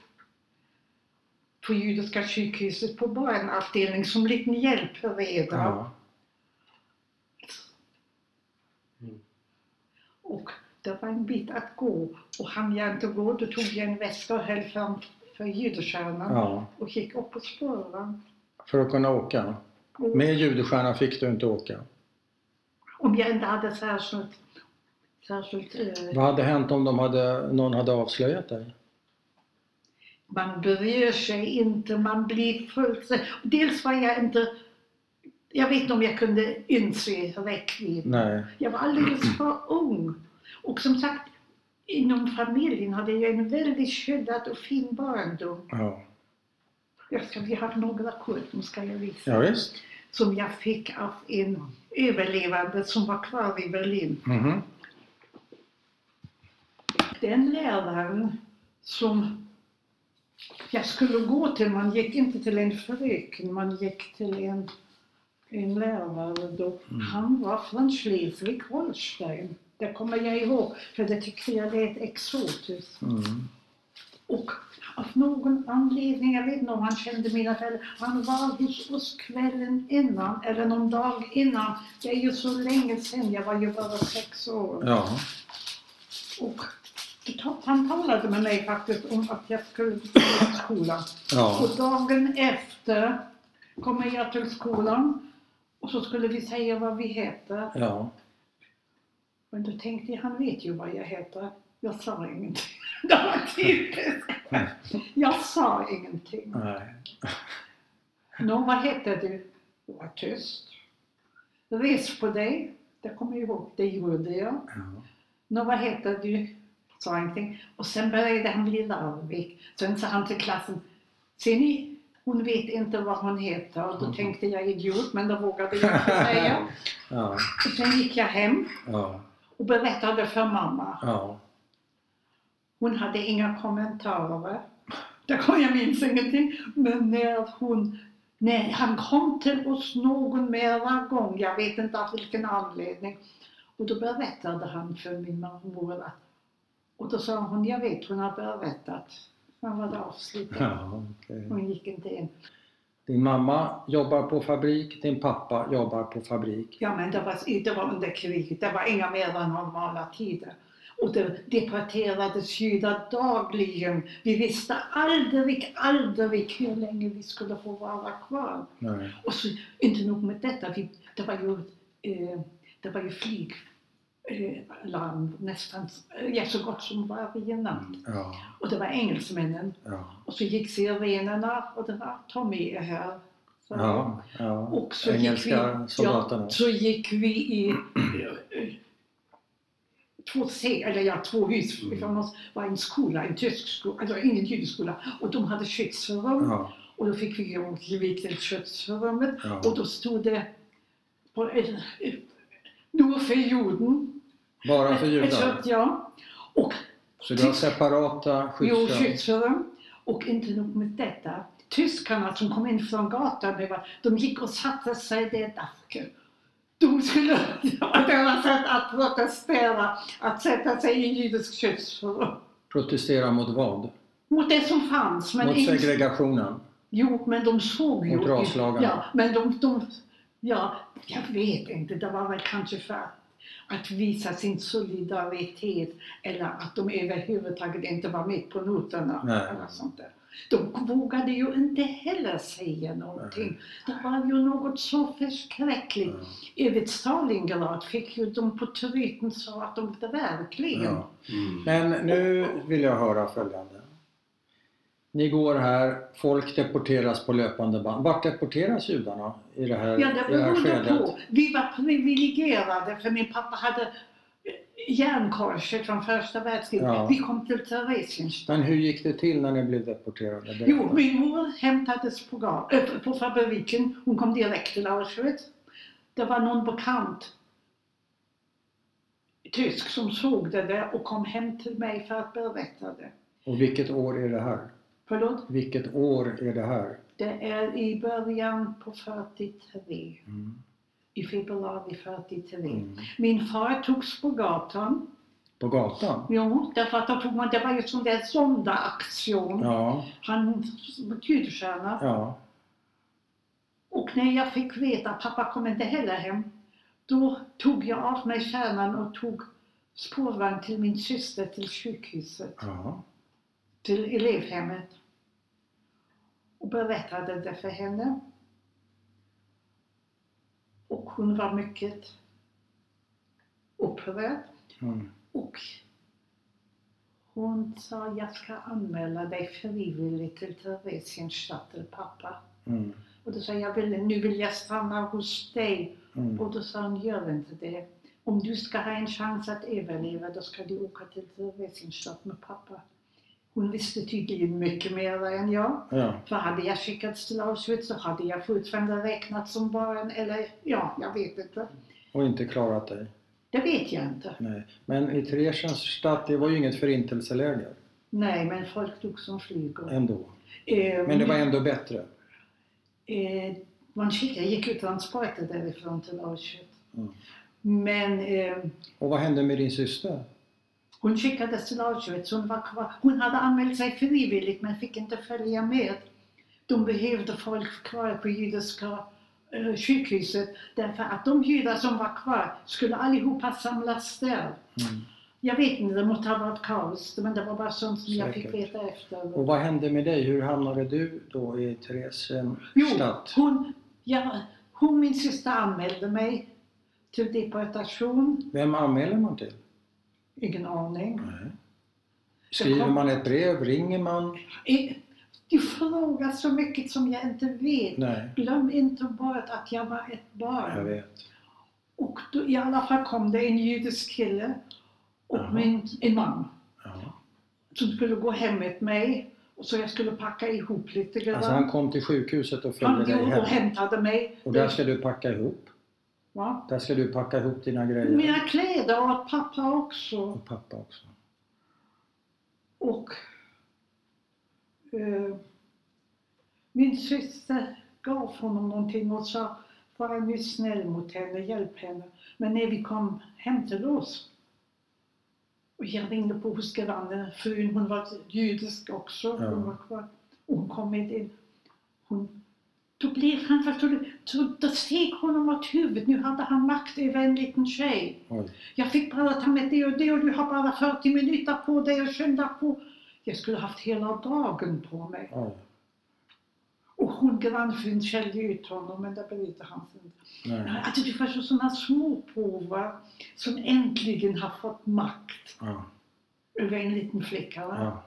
[SPEAKER 1] på judiska sjukhuset på barnavdelning som liten hjälpreda.
[SPEAKER 2] Ja.
[SPEAKER 1] Och det var en bit att gå. Och hann jag inte gå, då tog jag en väska och höll framför ljudstjärnan
[SPEAKER 2] ja.
[SPEAKER 1] och gick upp på spåren.
[SPEAKER 2] För att kunna åka?
[SPEAKER 1] Och
[SPEAKER 2] Med judestjärna fick du inte åka?
[SPEAKER 1] Om jag inte hade särskilt... särskilt eh,
[SPEAKER 2] Vad hade hänt om de hade, någon hade avslöjat dig?
[SPEAKER 1] man bryr sig inte, man blir fullt... Dels var jag inte... Jag vet inte om jag kunde inse räckvidden.
[SPEAKER 2] Nej.
[SPEAKER 1] Jag var alldeles för ung. Och som sagt, inom familjen hade jag en väldigt skyddad och fin barndom.
[SPEAKER 2] Ja.
[SPEAKER 1] Jag ska, vi har några kort, nu ska jag visa.
[SPEAKER 2] ja visst.
[SPEAKER 1] Som jag fick av en överlevande som var kvar i Berlin.
[SPEAKER 2] Mhm.
[SPEAKER 1] Den läraren som jag skulle gå till, man gick inte till en fröken, man gick till en, en lärare då. Han var från Schleswig-Holstein. Det kommer jag ihåg, för det tyckte jag lät exotiskt.
[SPEAKER 2] Mm.
[SPEAKER 1] Och av någon anledning, jag vet inte om han kände mina föräldrar, han var hos oss kvällen innan, eller någon dag innan. Det är ju så länge sedan, jag var ju bara sex år.
[SPEAKER 2] Ja.
[SPEAKER 1] Och ta- han talade med mig faktiskt om att jag skulle gå till skolan.
[SPEAKER 2] Ja.
[SPEAKER 1] Och dagen efter kommer jag till skolan och så skulle vi säga vad vi heter.
[SPEAKER 2] Ja.
[SPEAKER 1] Men då tänkte jag, han vet ju vad jag heter. Jag sa ingenting. Det var typiskt. Jag sa ingenting.
[SPEAKER 2] Nej.
[SPEAKER 1] Nå, vad hette du? Jag var tyst. Res på dig. Det kommer jag ihåg. Det gjorde jag.
[SPEAKER 2] Ja.
[SPEAKER 1] Nå, vad hette du? Sa ingenting. Och sen började han bli larvig. Sen sa han till klassen. Ser ni? Hon vet inte vad hon heter. Och då tänkte jag idiot, men det vågade jag inte säga.
[SPEAKER 2] Ja.
[SPEAKER 1] Och sen gick jag hem
[SPEAKER 2] Ja.
[SPEAKER 1] och berättade för mamma.
[SPEAKER 2] Ja.
[SPEAKER 1] Hon hade inga kommentarer. Det kom jag minns ingenting. Men när hon... När han kom till oss någon mera gång, jag vet inte av vilken anledning. Och då berättade han för min mor att... Och då sa hon, jag vet hon har berättat. Sen var det avslutat.
[SPEAKER 2] ja. okej.
[SPEAKER 1] Hon gick inte in.
[SPEAKER 2] Din mamma jobbar på fabrik, din pappa jobbar på fabrik.
[SPEAKER 1] Ja, men det var, det var under kriget. Det var inga mer än normala tider. Och det deporterades judar dagligen. Vi visste aldrig, aldrig hur länge vi skulle få vara kvar.
[SPEAKER 2] Nej.
[SPEAKER 1] Och så, inte nog med detta, vi, det var ju, eh, det var ju flyg eh, larm nästan, eh, ja, så gott som varje natt.
[SPEAKER 2] Mm. Ja.
[SPEAKER 1] Och det var engelsmännen.
[SPEAKER 2] Ja.
[SPEAKER 1] Och så gick sirenerna och det var Tommy är här. Så-
[SPEAKER 2] Ja. ja.
[SPEAKER 1] och så
[SPEAKER 2] Engelska
[SPEAKER 1] gick vi,
[SPEAKER 2] soldaterna.
[SPEAKER 1] Ja, så gick vi i två C, eller ja, två hus
[SPEAKER 2] Mm.
[SPEAKER 1] ifrån oss var en skola, en tysk skola, alltså ingen judeskola. Och de hade köksförrum.
[SPEAKER 2] Ja,
[SPEAKER 1] Och då fick vi gå till köksförrummet.
[SPEAKER 2] ja.
[SPEAKER 1] Och då stod det på en, Nur för juden.
[SPEAKER 2] Bara för
[SPEAKER 1] Ett kött,
[SPEAKER 2] judar?
[SPEAKER 1] ja. Och
[SPEAKER 2] Så du har separata
[SPEAKER 1] Jo,
[SPEAKER 2] skyddsrum?
[SPEAKER 1] skyddsrum. Och inte nog med detta. Tyskarna som kom in från gatan, det var- de gick och satte sig i det dacke. De skulle, och deras sätt att protestera, att sätta sig i judisk skyddsrum.
[SPEAKER 2] Protestera mot vad?
[SPEAKER 1] Mot det som fanns. Men
[SPEAKER 2] Mot
[SPEAKER 1] ingen-
[SPEAKER 2] segregationen?
[SPEAKER 1] Jo, men de såg ju...
[SPEAKER 2] Mot raslagarna.
[SPEAKER 1] Ja, men de, de... Ja, jag vet inte. Det var väl kanske för att, att visa sin solidaritet eller att de överhuvudtaget inte var med på noterna.
[SPEAKER 2] Nej.
[SPEAKER 1] Eller sånt där. De vågade ju inte heller säga någonting. Det var ju något så förskräckligt.
[SPEAKER 2] Ja.
[SPEAKER 1] Över Stalingrad fick ju de på tryten så att de verkligen...
[SPEAKER 2] Ja.
[SPEAKER 3] Mm.
[SPEAKER 2] Men nu vill jag höra följande. Ni går här, folk deporteras på löpande band. Vart deporteras judarna i det här,
[SPEAKER 1] Ja, det
[SPEAKER 2] i det här
[SPEAKER 1] berodde
[SPEAKER 2] skedet?
[SPEAKER 1] på. Vi var privilegierade för min pappa hade eh, järnkorset från första världskriget.
[SPEAKER 2] Ja.
[SPEAKER 1] Vi kom till Theresienstadt.
[SPEAKER 2] Men hur gick det till när ni blev deporterade? Berätta.
[SPEAKER 1] Jo, min mor hämtades på, ga- äh, på fabriken. Hon kom direkt till Auschwitz. Det var någon bekant tysk som såg det där och kom hem till mig för att berätta det.
[SPEAKER 2] Och vilket år är det här?
[SPEAKER 1] Förlåt,
[SPEAKER 2] Vilket år är det här?
[SPEAKER 1] det är i början på 43.
[SPEAKER 2] Mm.
[SPEAKER 1] I februari 43.
[SPEAKER 2] Mm.
[SPEAKER 1] Min far togs på gatan
[SPEAKER 2] På gatan?
[SPEAKER 1] Jo, därför att då tog man, det var ju sån där sondaaktion.
[SPEAKER 2] Ja,
[SPEAKER 1] Han betydde stjärna.
[SPEAKER 2] ja.
[SPEAKER 1] Och när jag fick veta att pappa kom inte heller hem, då tog jag av mig kärnan och tog spårvagn till min syster till sjukhuset,
[SPEAKER 2] ja.
[SPEAKER 1] till elevhemmet. Och berättade det för henne. Och hon var mycket upprörd.
[SPEAKER 2] Mm.
[SPEAKER 1] Och hon sa, jag ska anmäla dig frivilligt till Theresienstadt till pappa.
[SPEAKER 2] Mm.
[SPEAKER 1] Och då sa jag, jag, vill, nu vill jag stanna hos dig.
[SPEAKER 2] Mm.
[SPEAKER 1] Och då sa hon, gör inte det. Om du ska ha en chans att överleva, då ska du åka till Theresienstadt med pappa. Hon visste tydligen mycket mer än jag.
[SPEAKER 2] Ja.
[SPEAKER 1] För hade jag skickats till Auschwitz så hade jag fortfarande räknats som barn eller ja, jag vet inte.
[SPEAKER 2] Och inte klarat dig?
[SPEAKER 1] Det vet jag inte.
[SPEAKER 2] Nej. Men i Theresienstadt, det var ju inget förintelseläger
[SPEAKER 1] Nej, men folk dog som flugor.
[SPEAKER 2] ändå.
[SPEAKER 1] Eh,
[SPEAKER 2] Men det var ändå bättre.
[SPEAKER 1] Eh, man skickade, gick ju transporter därifrån till Auschwitz.
[SPEAKER 2] Mm.
[SPEAKER 1] Men eh,
[SPEAKER 2] Och vad hände med din syster?
[SPEAKER 1] hon skickades till Auschwitz. Hon, var kvar. hon hade anmält sig frivilligt men fick inte följa med. De behövde folk kvar på judiska eh, sjukhuset därför att de judar som var kvar skulle allihopa samlas där.
[SPEAKER 2] Mm.
[SPEAKER 1] Jag vet inte, det måste ha varit kaos, men det var bara sånt som jag fick
[SPEAKER 2] Säkert.
[SPEAKER 1] veta efter.
[SPEAKER 2] Och vad hände med dig? Hur hamnade du då i
[SPEAKER 1] Jo,
[SPEAKER 2] Theresienstadt?
[SPEAKER 1] hon, ja, hon, min syster, anmälde mig till deportation.
[SPEAKER 2] Vem anmäler man till?
[SPEAKER 1] Ingen aning.
[SPEAKER 2] Skriver
[SPEAKER 1] kom-
[SPEAKER 2] man ett brev? Ringer man?
[SPEAKER 1] Eh, Du frågar så mycket som jag inte vet.
[SPEAKER 2] Nej,
[SPEAKER 1] Glöm inte bort att jag var ett
[SPEAKER 2] jag
[SPEAKER 1] barn.
[SPEAKER 2] vet.
[SPEAKER 1] Och då, i alla fall kom det en judisk kille
[SPEAKER 2] Jaha.
[SPEAKER 1] och min, en man
[SPEAKER 2] Ja.
[SPEAKER 1] som skulle gå hem med mig. Och så jag skulle packa ihop lite grann.
[SPEAKER 2] Alltså han kom till sjukhuset och
[SPEAKER 1] han
[SPEAKER 2] följde dig
[SPEAKER 1] gjorde och
[SPEAKER 2] hem.
[SPEAKER 1] hämtade mig.
[SPEAKER 2] Och där ska du packa ihop.
[SPEAKER 1] Va?
[SPEAKER 2] Där ska du packa ihop dina grejer.
[SPEAKER 1] Mina kläder och att pappa också.
[SPEAKER 2] Och pappa också.
[SPEAKER 1] Och eh, min syster gav honom någonting och sa var nu snäll mot henne, hjälp henne. Men när vi kom hem till oss och jag ringde på hos grannen, frun hon var judisk också,
[SPEAKER 2] Ja.
[SPEAKER 1] hon var kvar. Och hon kom med in. Hon, då blev han, förstår du, så då steg honom åt huvudet. Nu hade han makt över en liten tjej.
[SPEAKER 2] Oj.
[SPEAKER 1] Jag fick bara ta med det och det och du har bara 40 minuter på dig och skynda på. Jag skulle haft hela dagen på mig.
[SPEAKER 2] Oj.
[SPEAKER 1] Och hon grannfrun skällde ut honom men det brydde han sig inte.
[SPEAKER 2] Nej.
[SPEAKER 1] Alltså det var så sådana småpåvar som äntligen har fått makt
[SPEAKER 2] Ja.
[SPEAKER 1] över en liten flicka. va?
[SPEAKER 2] Ja.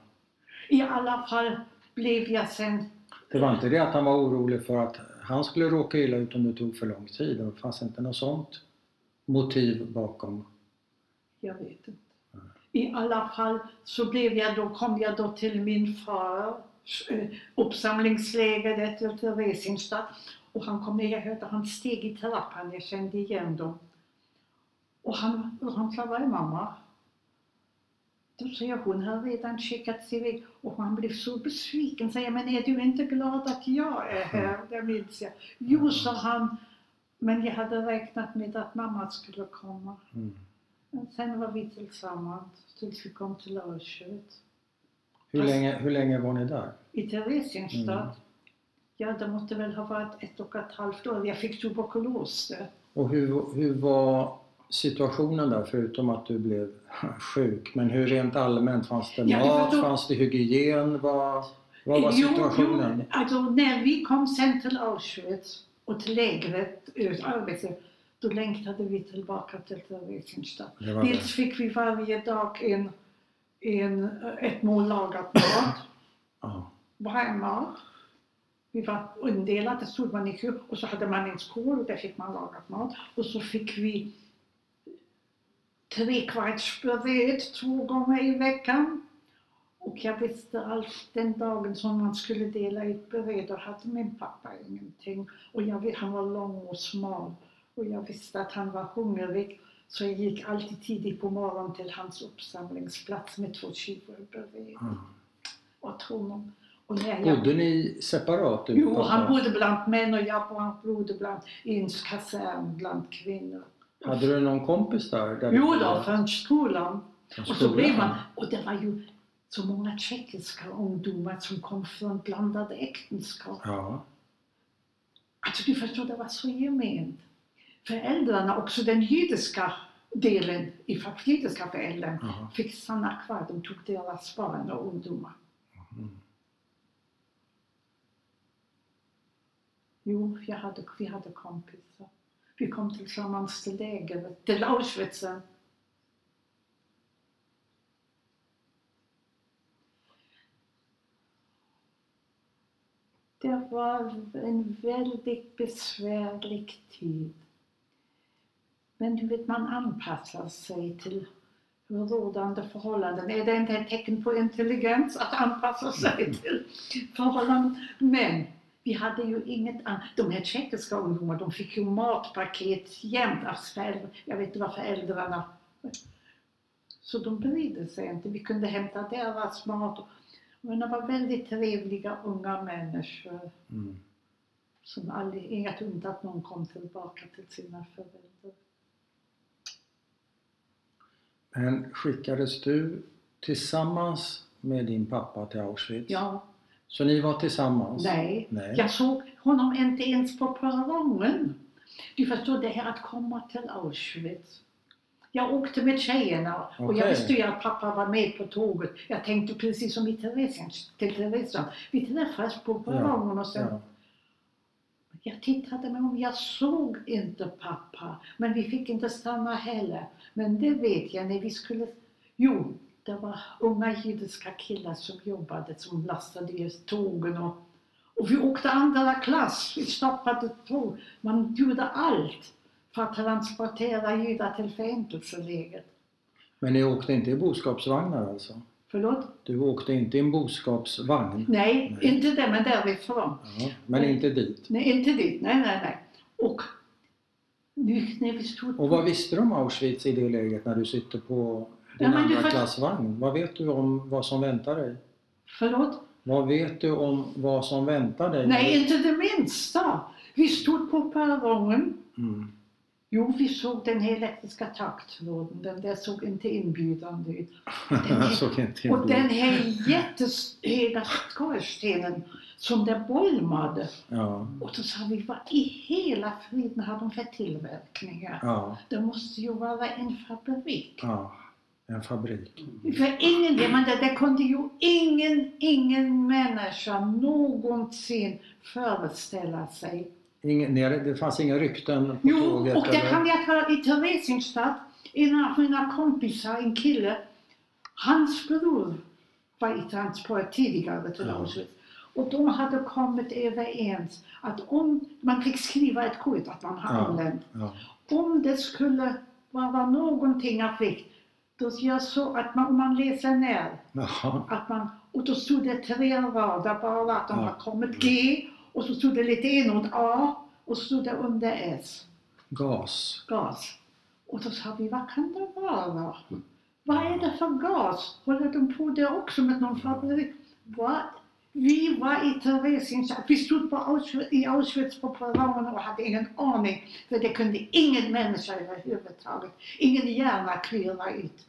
[SPEAKER 1] I alla fall blev jag sen...
[SPEAKER 2] Det var inte det att han var orolig för att han skulle råka illa ut om det tog för lång tid. Det fanns inte något sånt motiv bakom.
[SPEAKER 1] Jag vet inte. I alla fall så blev jag då, kom jag då till min fars eh, uppsamlingsläger där ute i Resingstad. Och han kom ner, jag hörde han steg i trappan, jag kände igen dem. Och han, och han sa, var är mamma? Då sa jag, hon har redan skickats iväg. Och han blev så besviken, sa jag, men är du inte glad att jag är här? Det minns jag. Jo, sa han, men jag hade räknat med att mamma skulle komma.
[SPEAKER 2] Mm.
[SPEAKER 1] Men sen var vi tillsammans tills vi kom till Örskölds.
[SPEAKER 2] Hur, länge, hur länge var ni där?
[SPEAKER 1] I Theresienstadt.
[SPEAKER 2] Mm.
[SPEAKER 1] Ja, det måste väl ha varit ett och ett halvt år. Jag fick tuberkulos där.
[SPEAKER 2] Och hur, hur var situationen där förutom att du blev sjuk? Men hur rent allmänt? Fanns det
[SPEAKER 1] Ja, det var
[SPEAKER 2] mat?
[SPEAKER 1] då-
[SPEAKER 2] Fanns det hygien? Vad, vad var
[SPEAKER 1] Jo,
[SPEAKER 2] situationen?
[SPEAKER 1] Jo, alltså när vi kom sen till Auschwitz och till lägret, eh, arbete, då längtade vi tillbaka till Theresienstadt.
[SPEAKER 2] Det var
[SPEAKER 1] Dels fick vi varje dag en, en, ett mål lagat mat.
[SPEAKER 2] Ja.
[SPEAKER 1] varmmat. Vi var indelade, det stod man i kö och så hade man en skål och där fick man lagat mat. Och så fick vi trekvartsbröd två gånger i veckan. Och jag visste allt den dagen som man skulle dela ut bröd, då hade min pappa ingenting. Och jag, vet- han var lång och smal och jag visste att han var hungrig. Så jag gick alltid tidigt på morgonen till hans uppsamlingsplats med två skivor bröd
[SPEAKER 2] Ja.
[SPEAKER 1] åt honom. Och när jag,
[SPEAKER 2] Bodde ni separat? du och
[SPEAKER 1] jo,
[SPEAKER 2] pappa?
[SPEAKER 1] han bodde bland män och jag bo- bodde bland, i en kasern bland kvinnor.
[SPEAKER 2] Hade du någon kompis där? där
[SPEAKER 1] Jo
[SPEAKER 2] du-
[SPEAKER 1] då, från skolan.
[SPEAKER 2] från
[SPEAKER 1] Och så
[SPEAKER 2] skolan?
[SPEAKER 1] blev man, och det var ju så många tjeckiska ungdomar som kom från blandade äktenskap.
[SPEAKER 2] Ja.
[SPEAKER 1] Alltså du förstår, det var så gement. Föräldrarna, också den judiska delen, i fa- judiska föräldrar,
[SPEAKER 2] Jaha.
[SPEAKER 1] fick stanna kvar. De tog deras barn och ungdomar.
[SPEAKER 2] Mm.
[SPEAKER 1] Jo, jag hade, vi hade kompisar. Vi kom tillsammans till lägret, till Auschwitz. Det var en väldigt besvärlig tid. Men du vet, man anpassar sig till rådande förhållanden. Är det inte ett tecken på intelligens att anpassa sig till förhållanden? Men vi hade ju inget annat. De här tjeckiska ungdomarna, de fick ju matpaket jämt av föräldrar. Jag vet inte vad föräldrarna... Så de brydde sig inte. Vi kunde hämta deras mat. Men de var väldigt trevliga unga människor.
[SPEAKER 2] Mm.
[SPEAKER 1] Som aldrig, inget ont att någon kom tillbaka till sina föräldrar.
[SPEAKER 2] Men skickades du tillsammans med din pappa till Auschwitz?
[SPEAKER 1] Ja,
[SPEAKER 2] Så ni var tillsammans?
[SPEAKER 1] nej.
[SPEAKER 2] Nej.
[SPEAKER 1] Jag såg honom inte ens på perrongen. Du förstår, det här att komma till Auschwitz. Jag åkte med tjejerna och jag
[SPEAKER 2] Okej.
[SPEAKER 1] visste ju att pappa var med på tåget. Jag tänkte precis som i Theresien, till Theresien. Vi träffades på perrongen och sen
[SPEAKER 2] Ja.
[SPEAKER 1] Jag tittade mig om, jag såg inte pappa. Men vi fick inte stanna heller. Men det vet jag när vi skulle... Jo, det var unga judiska killar som jobbade, som lastade just tågen och... Och vi åkte andra klass, vi stoppade tåg. Man gjorde allt för att transportera judar till förintelselägret.
[SPEAKER 2] Men ni åkte inte i boskapsvagnar alltså?
[SPEAKER 1] Förlåt?
[SPEAKER 2] Du åkte inte i en boskapsvagn?
[SPEAKER 1] Nej,
[SPEAKER 2] Nej.
[SPEAKER 1] inte det, men därifrån.
[SPEAKER 2] Ja, men
[SPEAKER 1] Nej.
[SPEAKER 2] inte dit?
[SPEAKER 1] Nej, inte dit. Nej, nej, nej. Och nu när vi stod
[SPEAKER 2] Och vad visste du om Auschwitz i det läget när du sitter på
[SPEAKER 1] Ja,
[SPEAKER 2] din
[SPEAKER 1] men du
[SPEAKER 2] andra
[SPEAKER 1] får-
[SPEAKER 2] klassvagn? Vad vet du om vad som väntar dig?
[SPEAKER 1] Förlåt?
[SPEAKER 2] Vad vet du om vad som väntar dig?
[SPEAKER 1] Nej, inte det minsta. Vi stod på perrongen.
[SPEAKER 2] Mm.
[SPEAKER 1] Jo, vi såg den här elektriska taktråden. Den där såg inte inbjudande ut. Den
[SPEAKER 2] Så kan inte jag
[SPEAKER 1] Och
[SPEAKER 2] bli.
[SPEAKER 1] den här jättehöga skorstenen som det bolmade.
[SPEAKER 2] Ja,
[SPEAKER 1] Och då sa vi, vad i hela friden har de för tillverkningar?
[SPEAKER 2] ja,
[SPEAKER 1] Det måste ju vara en fabrik.
[SPEAKER 2] ja. En fabrik.
[SPEAKER 1] För ingen, jag menar, det kunde ju ingen, ingen människa någonsin föreställa sig
[SPEAKER 2] Ingen, nej, det fanns inga rykten på
[SPEAKER 1] Jo,
[SPEAKER 2] tåget?
[SPEAKER 1] och det
[SPEAKER 2] eller-
[SPEAKER 1] kan jag ta i Theresienstadt, en av mina kompisar, en kille, hans bror var i transport tidigare till
[SPEAKER 2] Ja.
[SPEAKER 1] Auschwitz. Och de hade kommit överens att om, man fick skriva ett kort att man har
[SPEAKER 2] Ja.
[SPEAKER 1] anlänt.
[SPEAKER 2] ja.
[SPEAKER 1] Om det skulle vara någonting av vikt, Då jag såg att man, om man läser ner,
[SPEAKER 2] Jaha.
[SPEAKER 1] att man, och då stod det tre rader bara att de
[SPEAKER 2] Ja.
[SPEAKER 1] har kommit G, och så stod det lite inåt A, och så stod det under S,
[SPEAKER 2] Gas.
[SPEAKER 1] gas. Och då sa vi, vad kan det vara?
[SPEAKER 2] Mm.
[SPEAKER 1] Vad är det för gas? Håller de på det också med någon fabrik? Vad? Vi var i Theresienstadt, vi stod på Auschwitz, i Auschwitz på perrongen och hade ingen aning. För det kunde ingen människa överhuvudtaget, ingen hjärna klura ut.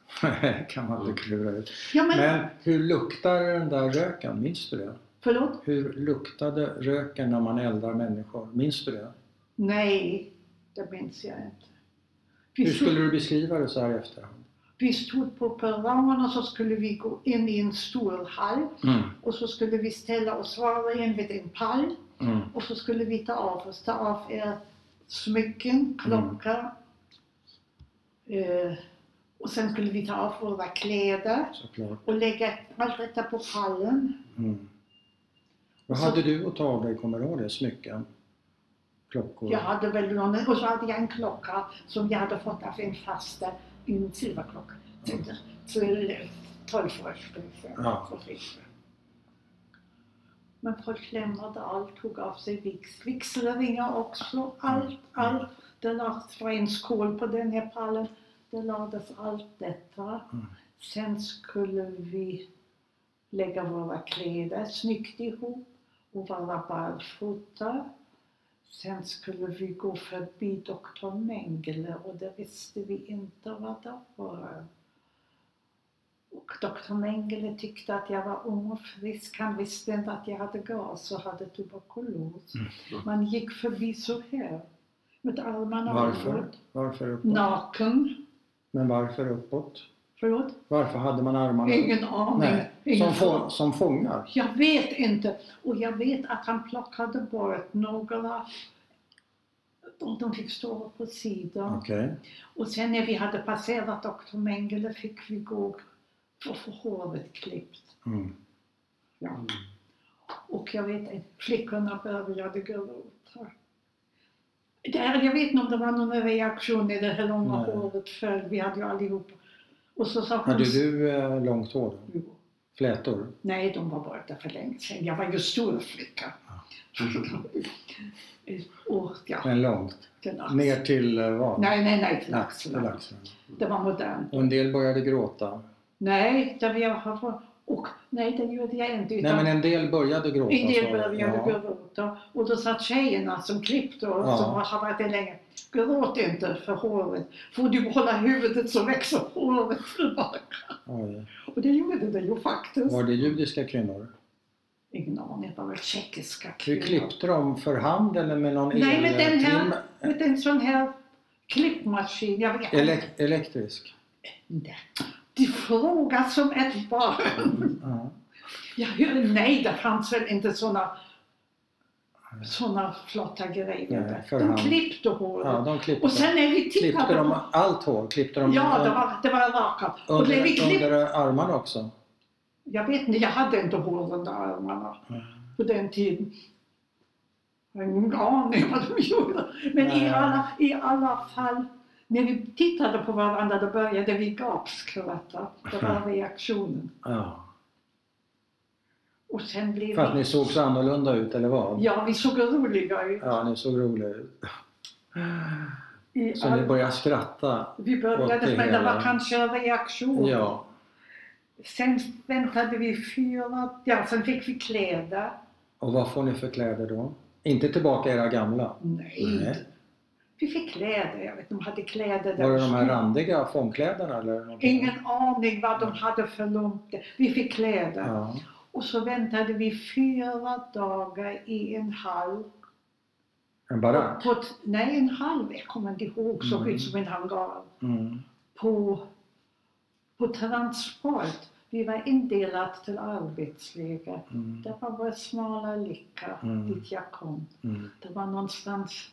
[SPEAKER 2] kan man inte klura ut.
[SPEAKER 1] Ja, men,
[SPEAKER 2] Men hur luktar den där röken? Minns du det?
[SPEAKER 1] förlåt?
[SPEAKER 2] Hur luktade röken när man eldar människor? Minns du det?
[SPEAKER 1] Nej, det minns jag inte. Vi
[SPEAKER 2] Hur skulle
[SPEAKER 1] stod,
[SPEAKER 2] du beskriva det så här i efterhand?
[SPEAKER 1] vi stod på perrongen och så skulle vi gå in i en stor hall
[SPEAKER 2] Mm.
[SPEAKER 1] och så skulle vi ställa oss var och en vid en pall
[SPEAKER 2] Mm.
[SPEAKER 1] Och så skulle vi ta av oss, ta av er smycken, klocka. Eh, och sen skulle vi ta av våra kläder
[SPEAKER 2] Såklart.
[SPEAKER 1] och lägga allt detta på pallen.
[SPEAKER 2] Mm. Vad
[SPEAKER 1] Så-
[SPEAKER 2] hade du att ta av dig? Kommer du ihåg det? Smycken? Klockor?
[SPEAKER 1] Jag hade väl någon, och så hade jag en klocka som jag hade fått av en faste, en silverklocka,
[SPEAKER 2] Mm.
[SPEAKER 1] till, till 12 års
[SPEAKER 2] Ja.
[SPEAKER 1] Men folk lämnade allt, tog av sig vix- vigselringar också,
[SPEAKER 2] Mm.
[SPEAKER 1] allt, allt. Det lades var en skål på den här pallen. Det lades allt detta.
[SPEAKER 2] Mm.
[SPEAKER 1] Sen skulle vi lägga våra kläder snyggt ihop och vara barfota. Sen skulle vi gå förbi doktor Mengele och det visste vi inte vad det var. Och doktor Mengele tyckte att jag var ung och frisk. Han visste inte att jag hade gas och hade tuberkulos.
[SPEAKER 2] Mm.
[SPEAKER 1] Man gick förbi så här. Med armarna
[SPEAKER 2] Varför?
[SPEAKER 1] uppåt.
[SPEAKER 2] Varför uppåt?
[SPEAKER 1] Naken.
[SPEAKER 2] Men varför uppåt?
[SPEAKER 1] Förlåt?
[SPEAKER 2] Varför hade man armarna
[SPEAKER 1] Ingen aning.
[SPEAKER 2] Nej,
[SPEAKER 1] Ingen
[SPEAKER 2] som, få, som fångar?
[SPEAKER 1] Jag vet inte. Och jag vet att han plockade bort några. Och de fick stå på sidan.
[SPEAKER 2] Okej.
[SPEAKER 1] Och sen när vi hade passerat doktor Mengele fick vi gå och få håret klippt.
[SPEAKER 2] Mm.
[SPEAKER 1] Ja. Och jag vet att flickorna började gråta. Där, jag vet inte om det var någon reaktion när det här långa
[SPEAKER 2] Nej.
[SPEAKER 1] håret föll. Vi hade ju allihop. Och så sa
[SPEAKER 2] Hade du eh, långt hår? då?
[SPEAKER 1] Jo.
[SPEAKER 2] Flätor?
[SPEAKER 1] Nej, de var borta för länge sedan. Jag var ju stor flicka. och ja,
[SPEAKER 2] Men långt?
[SPEAKER 1] till axeln.
[SPEAKER 2] Ner till eh, vad?
[SPEAKER 1] Nej, nej, nej, till
[SPEAKER 2] Lax, till
[SPEAKER 1] axlarna.
[SPEAKER 2] axlarna.
[SPEAKER 1] Det var modernt.
[SPEAKER 2] Och en del började gråta.
[SPEAKER 1] Nej, det var jag har Och nej, det gjorde jag inte.
[SPEAKER 2] Nej
[SPEAKER 1] Utan
[SPEAKER 2] men en del började gråta.
[SPEAKER 1] en
[SPEAKER 2] sa
[SPEAKER 1] del
[SPEAKER 2] du.
[SPEAKER 1] började
[SPEAKER 2] alltså. ja.
[SPEAKER 1] gråta. Och då satt tjejerna som klippte och
[SPEAKER 2] Ja.
[SPEAKER 1] som har varit det länge. Gråt inte för håret. Får du behålla huvudet så växer håret tillbaka.
[SPEAKER 2] Oj.
[SPEAKER 1] Och det gjorde det ju faktiskt.
[SPEAKER 2] Var det judiska kvinnor?
[SPEAKER 1] Ingen aning, det var väl tjeckiska
[SPEAKER 2] Hur klippte de? För hand eller med någon
[SPEAKER 1] Nej, med den här-
[SPEAKER 2] eltrim-
[SPEAKER 1] Med en sån här klippmaskin. Jag vet
[SPEAKER 2] Elek- elektrisk?
[SPEAKER 1] inte. Du frågar som ett barn.
[SPEAKER 2] Ja.
[SPEAKER 1] Jag hör, nej, det fanns väl inte såna såna flotta grejer.
[SPEAKER 2] Nej,
[SPEAKER 1] där.
[SPEAKER 2] för
[SPEAKER 1] de
[SPEAKER 2] hand.
[SPEAKER 1] klippte håret.
[SPEAKER 2] ja, de klippte.
[SPEAKER 1] och sen när vi tittade...
[SPEAKER 2] klippte de allt hår? Klippte de
[SPEAKER 1] ja, det var, det var rakat. Och
[SPEAKER 2] under,
[SPEAKER 1] när vi klippte...
[SPEAKER 2] under armarna också?
[SPEAKER 1] Jag vet inte, jag hade inte hår under armarna
[SPEAKER 2] Mm.
[SPEAKER 1] på den tiden. Jag har ingen aning vad de gjorde. Men i
[SPEAKER 2] Nej.
[SPEAKER 1] alla, i alla fall, när vi tittade på varandra då började vi gapskratta. Det var reaktionen.
[SPEAKER 2] Ja.
[SPEAKER 1] Och sen blev
[SPEAKER 2] För att
[SPEAKER 1] vi...
[SPEAKER 2] ni såg så annorlunda ut eller vad?
[SPEAKER 1] Ja, vi såg roliga ut.
[SPEAKER 2] Ja, ni såg roliga ut.
[SPEAKER 1] I
[SPEAKER 2] Så ni
[SPEAKER 1] all...
[SPEAKER 2] började skratta?
[SPEAKER 1] Vi
[SPEAKER 2] åt det
[SPEAKER 1] började, men det
[SPEAKER 2] hela.
[SPEAKER 1] var kanske en reaktion.
[SPEAKER 2] Ja.
[SPEAKER 1] Sen väntade vi fyra... Ja, sen fick vi kläder.
[SPEAKER 2] Och vad får ni för kläder då? Inte tillbaka era gamla?
[SPEAKER 1] Nej.
[SPEAKER 2] Nej.
[SPEAKER 1] Vi fick kläder. Jag vet inte, de hade kläder där.
[SPEAKER 2] Var det de här randiga fångkläderna eller någonting?
[SPEAKER 1] Ingen aning vad de hade för långt. Vi fick kläder.
[SPEAKER 2] Ja.
[SPEAKER 1] Och så väntade vi fyra dagar i en hall.
[SPEAKER 2] En barack?
[SPEAKER 1] På ett, nej, en hall. Jag kommer inte ihåg. Såg
[SPEAKER 2] Mm.
[SPEAKER 1] ut som en hangar.
[SPEAKER 2] Mm.
[SPEAKER 1] På, på transport. Vi var indelade till arbetsläger.
[SPEAKER 2] Mm.
[SPEAKER 1] Det var bara smala lycka
[SPEAKER 2] Mm.
[SPEAKER 1] dit jag kom.
[SPEAKER 2] Mm.
[SPEAKER 1] Det var någonstans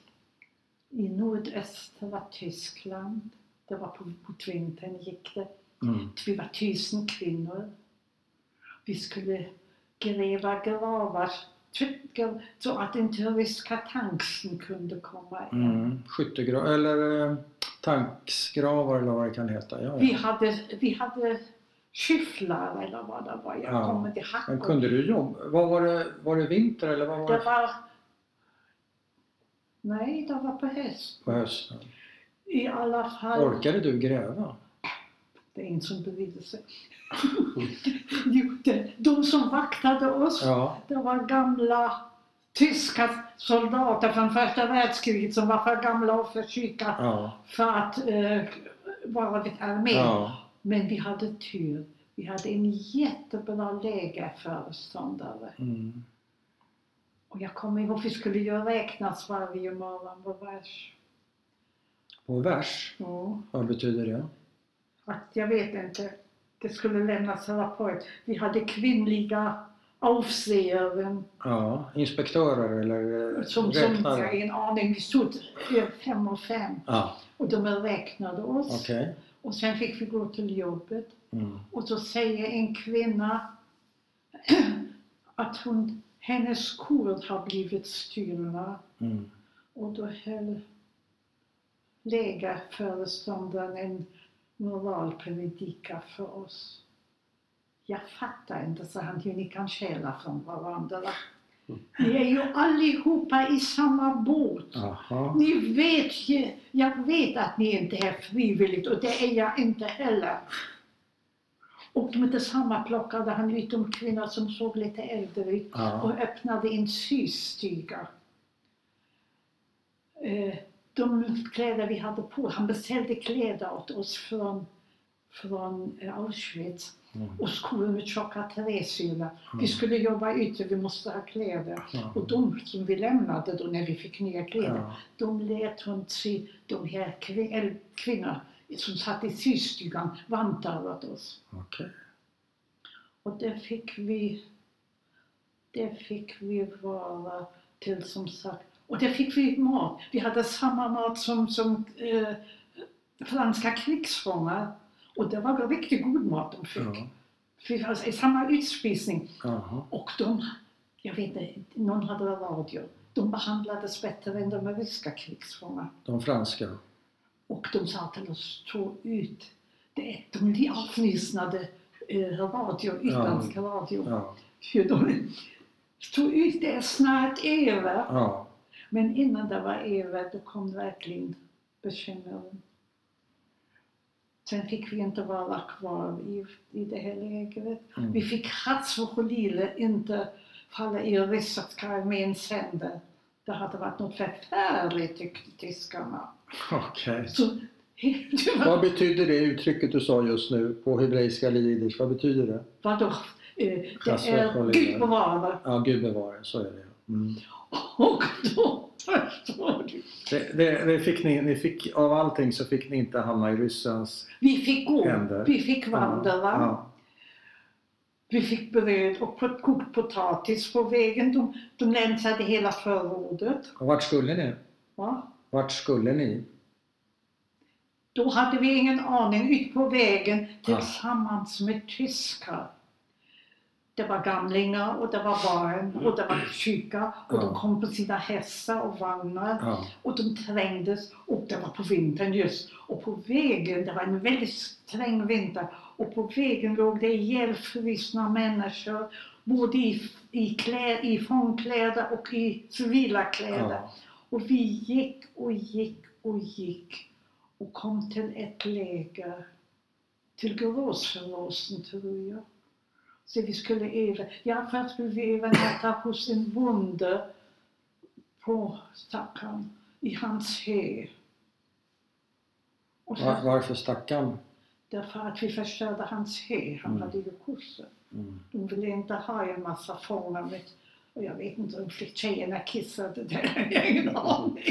[SPEAKER 1] i nordöstra Tyskland. Det var på, på vintern gick det.
[SPEAKER 2] Mm.
[SPEAKER 1] Vi var tusen kvinnor. Vi skulle gräva gravar trycka, så att inte ryska tanksen kunde komma in.
[SPEAKER 2] Mm. Skyttegrav, eller eh, Tankskravar eller vad det kan heta. Ja,
[SPEAKER 1] Vi
[SPEAKER 2] ja.
[SPEAKER 1] hade, vi hade skyfflar eller vad det var. Jag
[SPEAKER 2] Ja.
[SPEAKER 1] kommer inte ihåg.
[SPEAKER 2] Men kunde du jobba? Vad var, det, var det vinter eller vad var
[SPEAKER 1] Det
[SPEAKER 2] det
[SPEAKER 1] var... Nej, det var på häst.
[SPEAKER 2] på hösten?
[SPEAKER 1] I alla fall.
[SPEAKER 2] Orkade du gräva?
[SPEAKER 1] Det är ingen som brydde sig. Jo, det- De som vaktade oss,
[SPEAKER 2] Ja,
[SPEAKER 1] det var gamla tyska soldater från första världskriget som var för gamla och för sjuka
[SPEAKER 2] ja,
[SPEAKER 1] för att eh, vara vid armén.
[SPEAKER 2] ja.
[SPEAKER 1] Men vi hade tur. Vi hade en jättebra lägerföreståndare.
[SPEAKER 2] Mm.
[SPEAKER 1] Och jag kommer ihåg, vi skulle ju räknas varje morgon på vers.
[SPEAKER 2] På vers,
[SPEAKER 1] Ja,
[SPEAKER 2] vad betyder det?
[SPEAKER 1] att jag vet inte. Det skulle lämnas en rapport. Vi hade kvinnliga avseenden
[SPEAKER 2] Ja, inspektörer eller eh,
[SPEAKER 1] som, som jag har
[SPEAKER 2] räknare?
[SPEAKER 1] ingen aning. Vi stod eh, fem och fem
[SPEAKER 2] Ja,
[SPEAKER 1] och de räknade oss.
[SPEAKER 2] okej.
[SPEAKER 1] Och sen fick vi gå till jobbet.
[SPEAKER 2] Mm.
[SPEAKER 1] Och så säger en kvinna att hon, hennes skor har blivit stulna.
[SPEAKER 2] Mm.
[SPEAKER 1] Och då höll lägerföreståndaren en moralpredika för oss. Jag fattar inte, sa han, hur ni kan stjäla från varandra. Ni är ju allihopa i samma båt.
[SPEAKER 2] Aha.
[SPEAKER 1] Ni vet ju, jag vet att ni inte är frivilligt och det är jag inte heller. Och med detsamma plockade han ut en kvinna som såg lite äldre ut
[SPEAKER 2] Ja.
[SPEAKER 1] och öppnade en systuga. Eh, De kläder vi hade på, han beställde kläder åt oss från, från eh, Auschwitz
[SPEAKER 2] Mm.
[SPEAKER 1] och skor med tjocka träsula.
[SPEAKER 2] Mm.
[SPEAKER 1] Vi skulle jobba ute, vi måste ha kläder.
[SPEAKER 2] Ja.
[SPEAKER 1] Och de som vi lämnade då när vi fick nya kläder,
[SPEAKER 2] Ja.
[SPEAKER 1] de lät hon sy, de här kvin- eller kvinnorna som satt i systugan, vantar åt oss.
[SPEAKER 2] Okej.
[SPEAKER 1] Och det fick vi, det fick vi vara till som sagt. Och det fick vi mat. Vi hade samma mat som, som eh, franska krigsfångar. Och det var riktigt god mat de fick.
[SPEAKER 2] Ja.
[SPEAKER 1] Vi var i samma utspisning.
[SPEAKER 2] Jaha.
[SPEAKER 1] Och de, jag vet inte, någon hade radio. De behandlades bättre än de ryska krigsfångarna.
[SPEAKER 2] De franska.
[SPEAKER 1] Och de sa till oss, stå ut. Det, de blir avlyssnade eh, radio, utländsk radio
[SPEAKER 2] Ja.
[SPEAKER 1] hur de stod ut det är snart över.
[SPEAKER 2] ja.
[SPEAKER 1] Men innan det var över då kom verkligen bekymren. Sen fick vi inte vara kvar i, i det här lägret.
[SPEAKER 2] Mm.
[SPEAKER 1] Vi fick Hatzvochulile inte falla i ryska arméns händer. Det hade varit något förfärligt tyckte tyskarna.
[SPEAKER 2] Okej.
[SPEAKER 1] Så, det var-
[SPEAKER 2] Vad betyder det uttrycket du sa just nu på hebreiska eller jiddisch? Vad betyder det?
[SPEAKER 1] vadå? Eh, Det är
[SPEAKER 2] Hatzvochulile.
[SPEAKER 1] Gud bevare.
[SPEAKER 2] Ja, gud bevare, så är det. Mm.
[SPEAKER 1] Och då förstår du.
[SPEAKER 2] Det, det, det fick ni, ni fick, av allting så fick ni inte hamna i ryssens
[SPEAKER 1] Vi fick gå,
[SPEAKER 2] Händer.
[SPEAKER 1] vi fick vandra.
[SPEAKER 2] Ja.
[SPEAKER 1] Vi fick bröd och pot- kokt potatis på vägen. De, de länsade hela förrådet.
[SPEAKER 2] Och vart skulle ni?
[SPEAKER 1] Va?
[SPEAKER 2] Vart skulle ni?
[SPEAKER 1] Då hade vi ingen aning. Ut på vägen
[SPEAKER 2] Ja.
[SPEAKER 1] tillsammans med tyskar. Det var gamlingar och det var barn och det var sjuka och
[SPEAKER 2] Ja.
[SPEAKER 1] de kom på sina hästar och vagnar.
[SPEAKER 2] Ja.
[SPEAKER 1] Och de trängdes och det var på vintern just. Och på vägen, det var en väldigt sträng vinter, och på vägen låg det ihjälfrusna människor. Både i, i, klä, i fångkläder och i civila kläder.
[SPEAKER 2] Ja.
[SPEAKER 1] Och vi gick och gick och gick och kom till ett läger. Till Gråsförråsen tror jag. Så vi skulle öva. Ja, först skulle vi övernatta hos en bonde på stackaren, i hans hö. Och
[SPEAKER 2] Var,
[SPEAKER 1] sen,
[SPEAKER 2] varför stackarn?
[SPEAKER 1] därför att vi förstörde hans hö. Han
[SPEAKER 2] Mm.
[SPEAKER 1] hade ju kossor.
[SPEAKER 2] Mm.
[SPEAKER 1] De ville inte ha en massa fångar med, och jag vet inte om tjejerna kissade där, jag har ingen aning.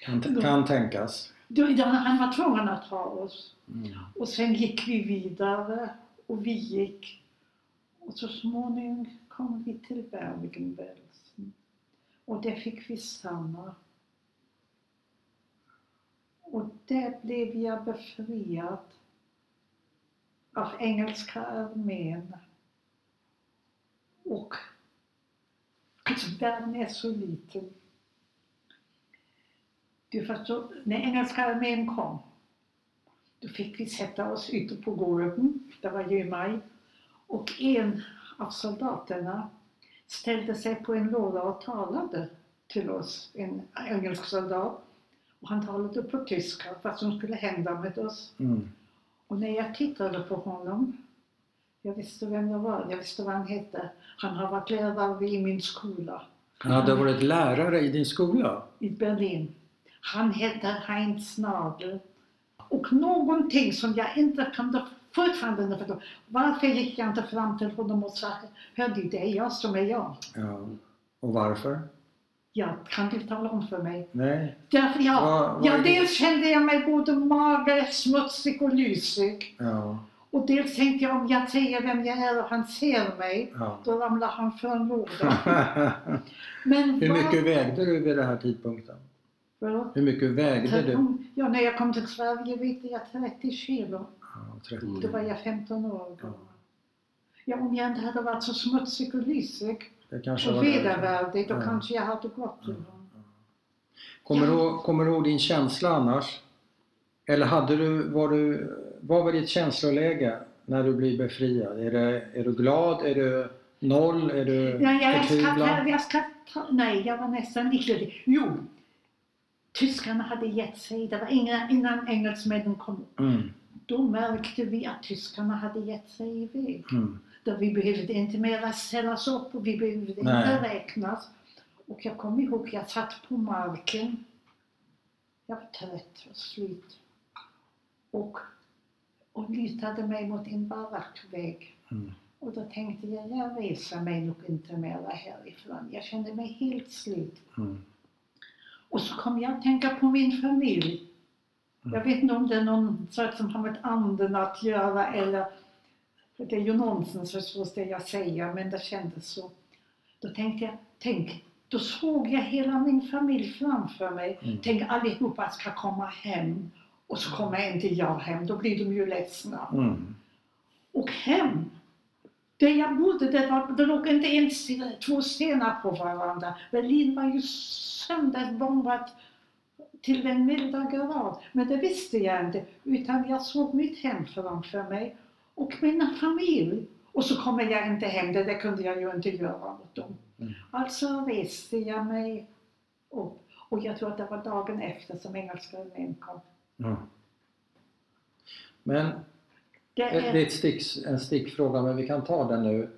[SPEAKER 2] Kan, t- kan tänkas.
[SPEAKER 1] Då, då, han var tvungen att ha oss.
[SPEAKER 2] Mm.
[SPEAKER 1] Och sen gick vi vidare och vi gick. Och så småningom kom vi till Bergen-Belsen. Och där fick vi stanna. Och där blev jag befriad av engelska armén. Och alltså, världen är så liten. Du förstår, när engelska armén kom, då fick vi sätta oss ute på Gorupen, det var ju i maj, och en av soldaterna ställde sig på en låda och talade till oss, en engelsk soldat. Och han talade på tyska, vad som skulle hända med oss.
[SPEAKER 2] Mm.
[SPEAKER 1] Och när jag tittade på honom, jag visste vem det var, jag visste vad han hette. Han har varit lärare i min skola
[SPEAKER 2] Han hade varit lärare i din skola?
[SPEAKER 1] i Berlin. Han hette Heinz Nagel. Och någonting som jag inte kan fortfarande förstå. Varför gick jag inte fram till honom och sa, hörde det är jag som är jag.
[SPEAKER 2] Ja. Och varför?
[SPEAKER 1] Ja, kan du tala om för mig?
[SPEAKER 2] Nej.
[SPEAKER 1] Därför jag,
[SPEAKER 2] Vad- vad
[SPEAKER 1] ja,
[SPEAKER 2] är det?
[SPEAKER 1] dels kände jag mig både mager, smutsig och lysig.
[SPEAKER 2] Ja.
[SPEAKER 1] Och dels tänkte jag om jag säger vem jag är och han ser mig,
[SPEAKER 2] ja.
[SPEAKER 1] då ramlar han för en låda. Men
[SPEAKER 2] Hur
[SPEAKER 1] vad-
[SPEAKER 2] mycket vägde du vid den här tidpunkten?
[SPEAKER 1] Förlåt?
[SPEAKER 2] Hur mycket vägde du?
[SPEAKER 1] Ja, när jag kom till Sverige vägde jag 30 kilo.
[SPEAKER 2] Ja, 30.
[SPEAKER 1] Då var jag 15 år
[SPEAKER 2] Mm. Ja.
[SPEAKER 1] gammal. Ja, om jag inte hade varit så smutsig och lysig
[SPEAKER 2] Det kanske var
[SPEAKER 1] och
[SPEAKER 2] därför.
[SPEAKER 1] vedervärdig, då
[SPEAKER 2] Ja.
[SPEAKER 1] kanske jag hade gått till
[SPEAKER 2] Ja.
[SPEAKER 1] honom.
[SPEAKER 2] kommer, du, ihåg- kommer du ihåg din känsla annars? Eller hade du, var du, vad var ditt känsloläge när du blev befriad? Är, det, är du glad? Är du noll? Är du
[SPEAKER 1] Ja, jag, ska ta,
[SPEAKER 2] förtvivlad?
[SPEAKER 1] jag ska ta, nej, jag var nästan liknande. Jo, tyskarna hade gett sig. Det var inga, innan engelsmännen kom.
[SPEAKER 2] Mm,
[SPEAKER 1] Då märkte vi att tyskarna hade gett sig iväg.
[SPEAKER 2] mm,
[SPEAKER 1] Då vi behövde inte mera ställas upp och vi behövde
[SPEAKER 2] Nej.
[SPEAKER 1] inte räknas. Och jag kommer ihåg, jag satt på marken. Jag var trött och slut. Och, och lutade mig mot en barackvägg.
[SPEAKER 2] mm.
[SPEAKER 1] Och då tänkte jag, jag reser mig nog inte mera härifrån. Jag kände mig helt slut.
[SPEAKER 2] Mm.
[SPEAKER 1] Och så kom jag att tänka på min familj. Jag vet inte om det är någon sak som har med anden att göra eller... För det är ju nonsens förstås det jag säger, men det kändes så. Då tänkte jag, tänk, då såg jag hela min familj framför mig.
[SPEAKER 2] Mm.
[SPEAKER 1] Tänk allihopa ska komma hem och så kommer inte jag hem, då blir de ju ledsna
[SPEAKER 2] Mm.
[SPEAKER 1] och hem. Där jag bodde, det, var, det låg inte ens två stenar på varandra. Berlin var ju sönderbombat till den milda grad. Men det visste jag inte, utan jag såg mitt hem framför mig och mina familj. Och så kommer jag inte hem, det, det kunde jag ju inte göra mot dem.
[SPEAKER 2] Mm.
[SPEAKER 1] Alltså reste jag mig upp. Och jag tror att det var dagen efter som engelska armén kom.
[SPEAKER 2] Mm. Men
[SPEAKER 1] Det
[SPEAKER 2] det
[SPEAKER 1] är,
[SPEAKER 2] är ett sticks, en stickfråga, men vi kan ta den nu.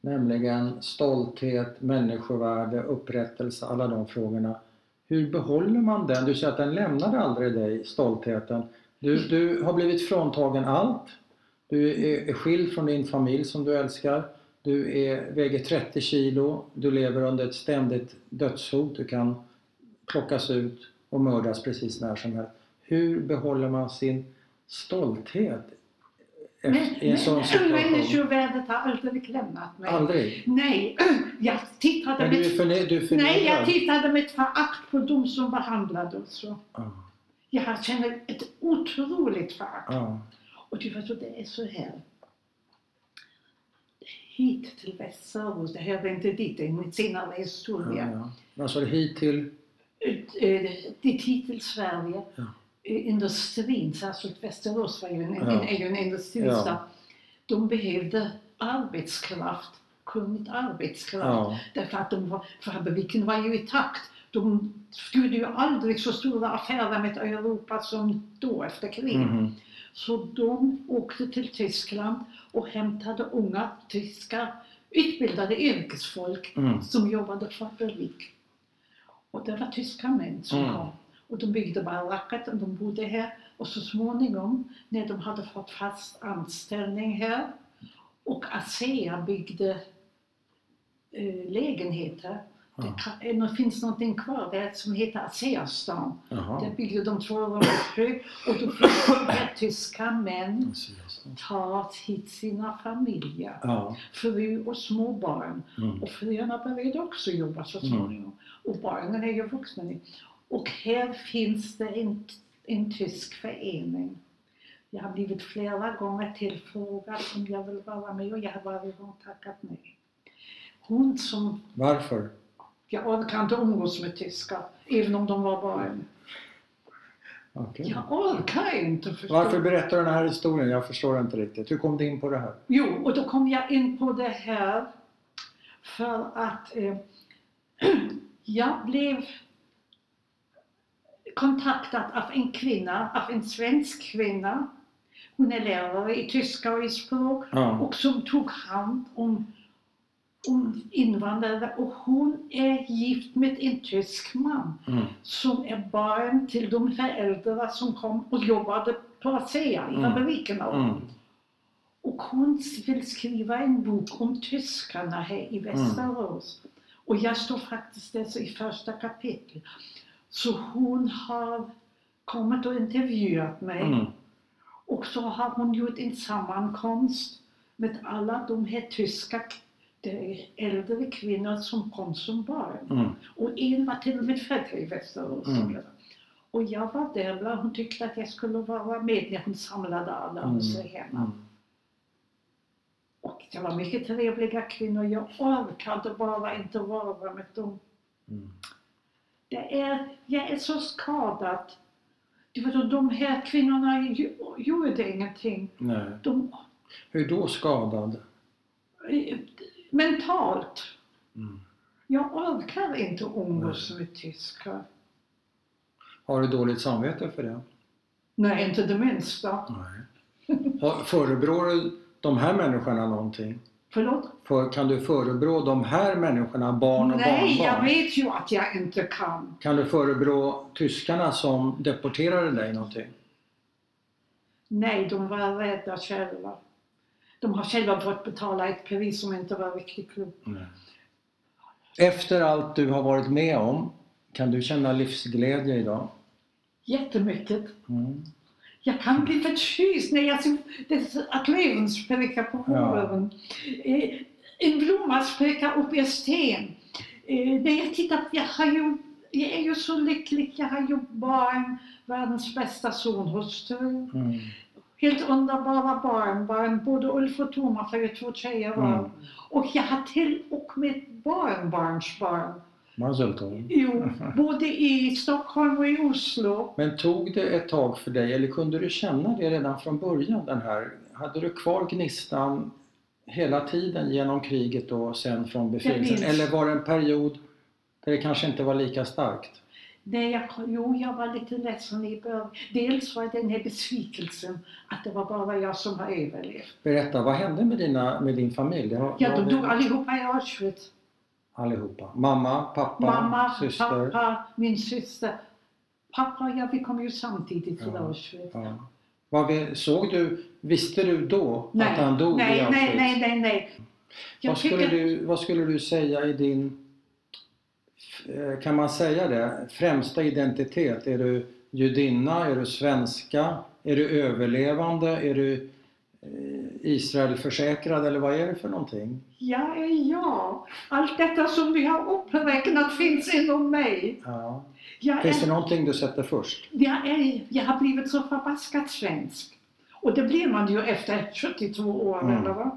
[SPEAKER 2] Nämligen stolthet, människovärde, upprättelse, alla de frågorna. Hur behåller man den? Du säger att den lämnade aldrig dig, stoltheten. Du, du har blivit fråntagen allt. Du är, är skild från din familj som du älskar. Du är, väger 30 kilo. Du lever under ett ständigt dödshot. Du kan plockas ut och mördas precis när som helst. Hur behåller man sin stolthet
[SPEAKER 1] men,
[SPEAKER 2] efter, i en sån
[SPEAKER 1] men,
[SPEAKER 2] situation?
[SPEAKER 1] människovärdet har aldrig lämnat mig.
[SPEAKER 2] Aldrig.
[SPEAKER 1] Nej, jag tittade
[SPEAKER 2] Men du är
[SPEAKER 1] med,
[SPEAKER 2] förne- du är
[SPEAKER 1] nej, jag
[SPEAKER 2] förnedrad.
[SPEAKER 1] tittade med förakt på de som behandlade oss så.
[SPEAKER 2] Ja,
[SPEAKER 1] Jag känner ett otroligt förakt.
[SPEAKER 2] ja,
[SPEAKER 1] Och du förstår, det är så här. Hit till Västerås, det hör inte dit, det är en senare
[SPEAKER 2] ja,
[SPEAKER 1] historia.
[SPEAKER 2] ja. Alltså hit till...
[SPEAKER 1] Ut, eh, Dit hit till Sverige,
[SPEAKER 2] Ja.
[SPEAKER 1] eh, industrin, särskilt Västerås var ju en,
[SPEAKER 2] Ja.
[SPEAKER 1] en, är ju en industristad. De behövde arbetskraft, kunnig arbetskraft.
[SPEAKER 2] Ja,
[SPEAKER 1] Därför att de var, fabriken var ju i takt. De gjorde ju aldrig så stora affärer med Europa som då efter kriget.
[SPEAKER 2] mhm.
[SPEAKER 1] Så de åkte till Tyskland och hämtade unga tyska utbildade yrkesfolk
[SPEAKER 2] mm.
[SPEAKER 1] som jobbade för fabrik. Och det var tyska män som
[SPEAKER 2] Mm.
[SPEAKER 1] kom. Och de byggde baracker och de bodde här. Och så småningom, när de hade fått fast anställning här och ASEA byggde eh, lägenheter. Det,
[SPEAKER 2] Ja.
[SPEAKER 1] kan- eh, det finns någonting kvar där som heter ASEA-stan.
[SPEAKER 2] Jaha.
[SPEAKER 1] Där byggde de två rum och kök och då fick de tyska män ta hit sina familjer,
[SPEAKER 2] Ja.
[SPEAKER 1] fru och små barn.
[SPEAKER 2] Mm.
[SPEAKER 1] Och fruarna började också jobba så småningom. Och barnen är ju vuxna nu. Och här finns det en, en tysk förening. Jag har blivit flera gånger tillfrågad om jag vill vara med och jag har varje gång tackat nej. Hon som,
[SPEAKER 2] Varför?
[SPEAKER 1] jag orkar inte umgås med tyskar, även om de var barn.
[SPEAKER 2] Okej.
[SPEAKER 1] Jag orkar inte förstå.
[SPEAKER 2] Varför berättar du den här historien? Jag förstår inte riktigt. Hur kom du in på det här?
[SPEAKER 1] Jo, och då kom jag in på det här för att eh, jag blev kontaktad av en kvinna, av en svensk kvinna. Hon är lärare i tyska och i språk
[SPEAKER 2] Ja.
[SPEAKER 1] och som tog hand om, om invandrare och hon är gift med en tysk man
[SPEAKER 2] Mm.
[SPEAKER 1] som är barn till de föräldrar som kom och jobbade på ASEA i
[SPEAKER 2] Mm.
[SPEAKER 1] fabrikerna.
[SPEAKER 2] Mm.
[SPEAKER 1] Och hon vill skriva en bok om tyskarna här
[SPEAKER 2] Mm.
[SPEAKER 1] i Västerås. Och jag står faktiskt där så i första kapitlet. Så hon har kommit och intervjuat mig.
[SPEAKER 2] Mm.
[SPEAKER 1] Och så har hon gjort en sammankomst med alla de här tyska k- de äldre kvinnor som kom som barn.
[SPEAKER 2] Mm.
[SPEAKER 1] Och en var till och med född här i Västerås.
[SPEAKER 2] Mm.
[SPEAKER 1] Och jag var där och hon tyckte att jag skulle vara med när hon samlade alla
[SPEAKER 2] Mm.
[SPEAKER 1] hos sig hemma.
[SPEAKER 2] Mm.
[SPEAKER 1] Och det var mycket trevliga kvinnor. Jag orkade bara inte vara med dem.
[SPEAKER 2] Mm.
[SPEAKER 1] Det är, jag är så skadad. Du vet, och de här kvinnorna ju- gjorde ingenting.
[SPEAKER 2] Nej.
[SPEAKER 1] De,
[SPEAKER 2] Hur då skadad?
[SPEAKER 1] eh, mentalt.
[SPEAKER 2] Mm.
[SPEAKER 1] Jag orkar inte umgås med tyskar.
[SPEAKER 2] Har du dåligt samvete för det?
[SPEAKER 1] Nej, inte det minsta.
[SPEAKER 2] Nej. Har- Förebrår du de här människorna någonting?
[SPEAKER 1] Förlåt?
[SPEAKER 2] För, kan du förebrå de här människorna, barn och
[SPEAKER 1] Nej, jag
[SPEAKER 2] barnbarn?
[SPEAKER 1] vet ju att jag inte kan.
[SPEAKER 2] Kan du förebrå tyskarna som deporterade dig någonting?
[SPEAKER 1] Nej, de var rädda själva. De har själva fått betala ett pris som inte var riktigt klokt.
[SPEAKER 2] Efter allt du har varit med om, kan du känna livsglädje idag?
[SPEAKER 1] Jättemycket.
[SPEAKER 2] Mm.
[SPEAKER 1] Jag kan bli förtjust när jag ser det är så att löven spökar på håren. Eh, en blomma spökar upp i en sten. Eh, när jag tittar, jag, har ju, jag är ju så lycklig. Jag har ju barn, världens bästa son, hustru.
[SPEAKER 2] Mm.
[SPEAKER 1] Helt underbara barn, barn. Både Ulf och Thomas har ju två tjejer var.
[SPEAKER 2] Mm.
[SPEAKER 1] Och jag har till och med barnbarnsbarn.
[SPEAKER 2] Mazel tov.
[SPEAKER 1] Jo, både i Stockholm och i Oslo.
[SPEAKER 2] Men tog det ett tag för dig, eller kunde du känna det redan från början? Den här, hade du kvar gnistan hela tiden genom kriget och sen från befrielsen?
[SPEAKER 1] minns.
[SPEAKER 2] Eller var det en period där det kanske inte var lika starkt?
[SPEAKER 1] Nej, jag, jo, jag var lite ledsen i början. Dels var det den här besvikelsen att det var bara jag som har överlevt.
[SPEAKER 2] Berätta, vad hände med, dina, med din familj? Det var-
[SPEAKER 1] Ja,
[SPEAKER 2] var
[SPEAKER 1] de
[SPEAKER 2] vi-
[SPEAKER 1] dog allihopa i Auschwitz.
[SPEAKER 2] Allihopa. Mamma, pappa,
[SPEAKER 1] Mamma,
[SPEAKER 2] syster.
[SPEAKER 1] pappa, min syster. Pappa och jag, vi kom ju samtidigt till
[SPEAKER 2] Ja.
[SPEAKER 1] Auschwitz.
[SPEAKER 2] Ja. Vad vi, såg du, visste du då
[SPEAKER 1] Nej,
[SPEAKER 2] att han dog i
[SPEAKER 1] nej,
[SPEAKER 2] Auschwitz?
[SPEAKER 1] nej, nej, nej, nej. Jag
[SPEAKER 2] Vad skulle,
[SPEAKER 1] tycker,
[SPEAKER 2] du, vad skulle du säga i din, eh, kan man säga det, främsta identitet? Är du judinna? Är du svenska? Är du överlevande? Är du eh, Israelförsäkrad eller vad är det för någonting?
[SPEAKER 1] jag är jag. Allt detta som vi har uppräknat finns inom mig.
[SPEAKER 2] Ja.
[SPEAKER 1] Jag är
[SPEAKER 2] Finns det någonting du sätter först?
[SPEAKER 1] Jag, är, jag har blivit så förbaskat svensk. Och det blir man ju efter 72 år,
[SPEAKER 2] Mm.
[SPEAKER 1] eller vad?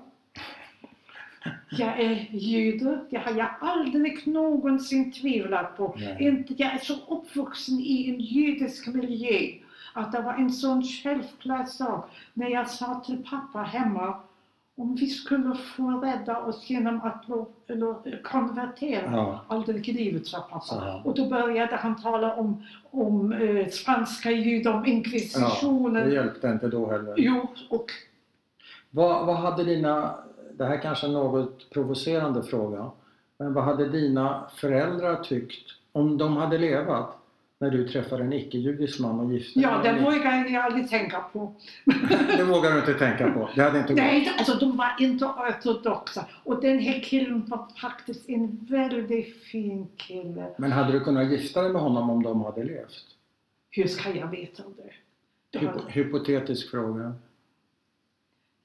[SPEAKER 1] Jag är jude, det har jag aldrig någonsin tvivlat på.
[SPEAKER 2] Nej.
[SPEAKER 1] Inte, jag är så uppvuxen i en judisk miljö att det var en sån självklar sak. När jag sa till pappa hemma om vi skulle få rädda oss genom att lo- eller konvertera.
[SPEAKER 2] Ja.
[SPEAKER 1] Aldrig i livet, sa
[SPEAKER 2] Så
[SPEAKER 1] pappa.
[SPEAKER 2] här.
[SPEAKER 1] Och då började han tala om, om eh, spanska judar, om
[SPEAKER 2] ja,
[SPEAKER 1] inkvisitionen.
[SPEAKER 2] det hjälpte inte då heller.
[SPEAKER 1] Jo, och
[SPEAKER 2] Vad, vad hade dina, det här kanske är en något provocerande fråga, men vad hade dina föräldrar tyckt om de hade levat när du träffade en icke-judisk man och gifte
[SPEAKER 1] ja,
[SPEAKER 2] dig?
[SPEAKER 1] det vågar jag aldrig tänka på.
[SPEAKER 2] det vågar du inte tänka på. Det hade inte gått.
[SPEAKER 1] Nej, alltså de var inte ortodoxa. Och den här killen var faktiskt en väldigt fin kille.
[SPEAKER 2] Men hade du kunnat gifta dig med honom om de hade levt?
[SPEAKER 1] Hur ska jag veta det? det
[SPEAKER 2] Hypo,
[SPEAKER 1] har,
[SPEAKER 2] hypotetisk fråga.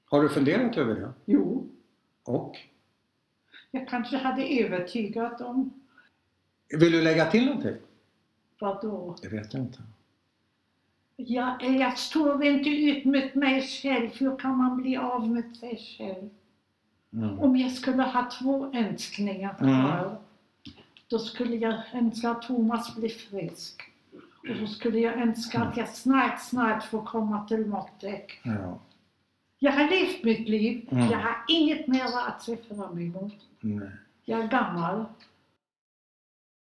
[SPEAKER 2] Har du funderat över det?
[SPEAKER 1] jo,
[SPEAKER 2] Och?
[SPEAKER 1] jag kanske hade övertygat dem.
[SPEAKER 2] Vill du lägga till någonting?
[SPEAKER 1] Vadå?
[SPEAKER 2] Det vet jag inte.
[SPEAKER 1] Jag, jag står inte ut med mig själv. Hur kan man bli av med sig själv?
[SPEAKER 2] Mm.
[SPEAKER 1] Om jag skulle ha två önskningar
[SPEAKER 2] Mm.
[SPEAKER 1] kvar, då skulle jag önska att Thomas blir frisk Och så skulle jag önska att jag snart, snart får komma till Mottek.
[SPEAKER 2] Ja.
[SPEAKER 1] Jag har levt mitt liv.
[SPEAKER 2] Mm.
[SPEAKER 1] Jag har inget mer att se fram emot.
[SPEAKER 2] Nej.
[SPEAKER 1] Jag är gammal.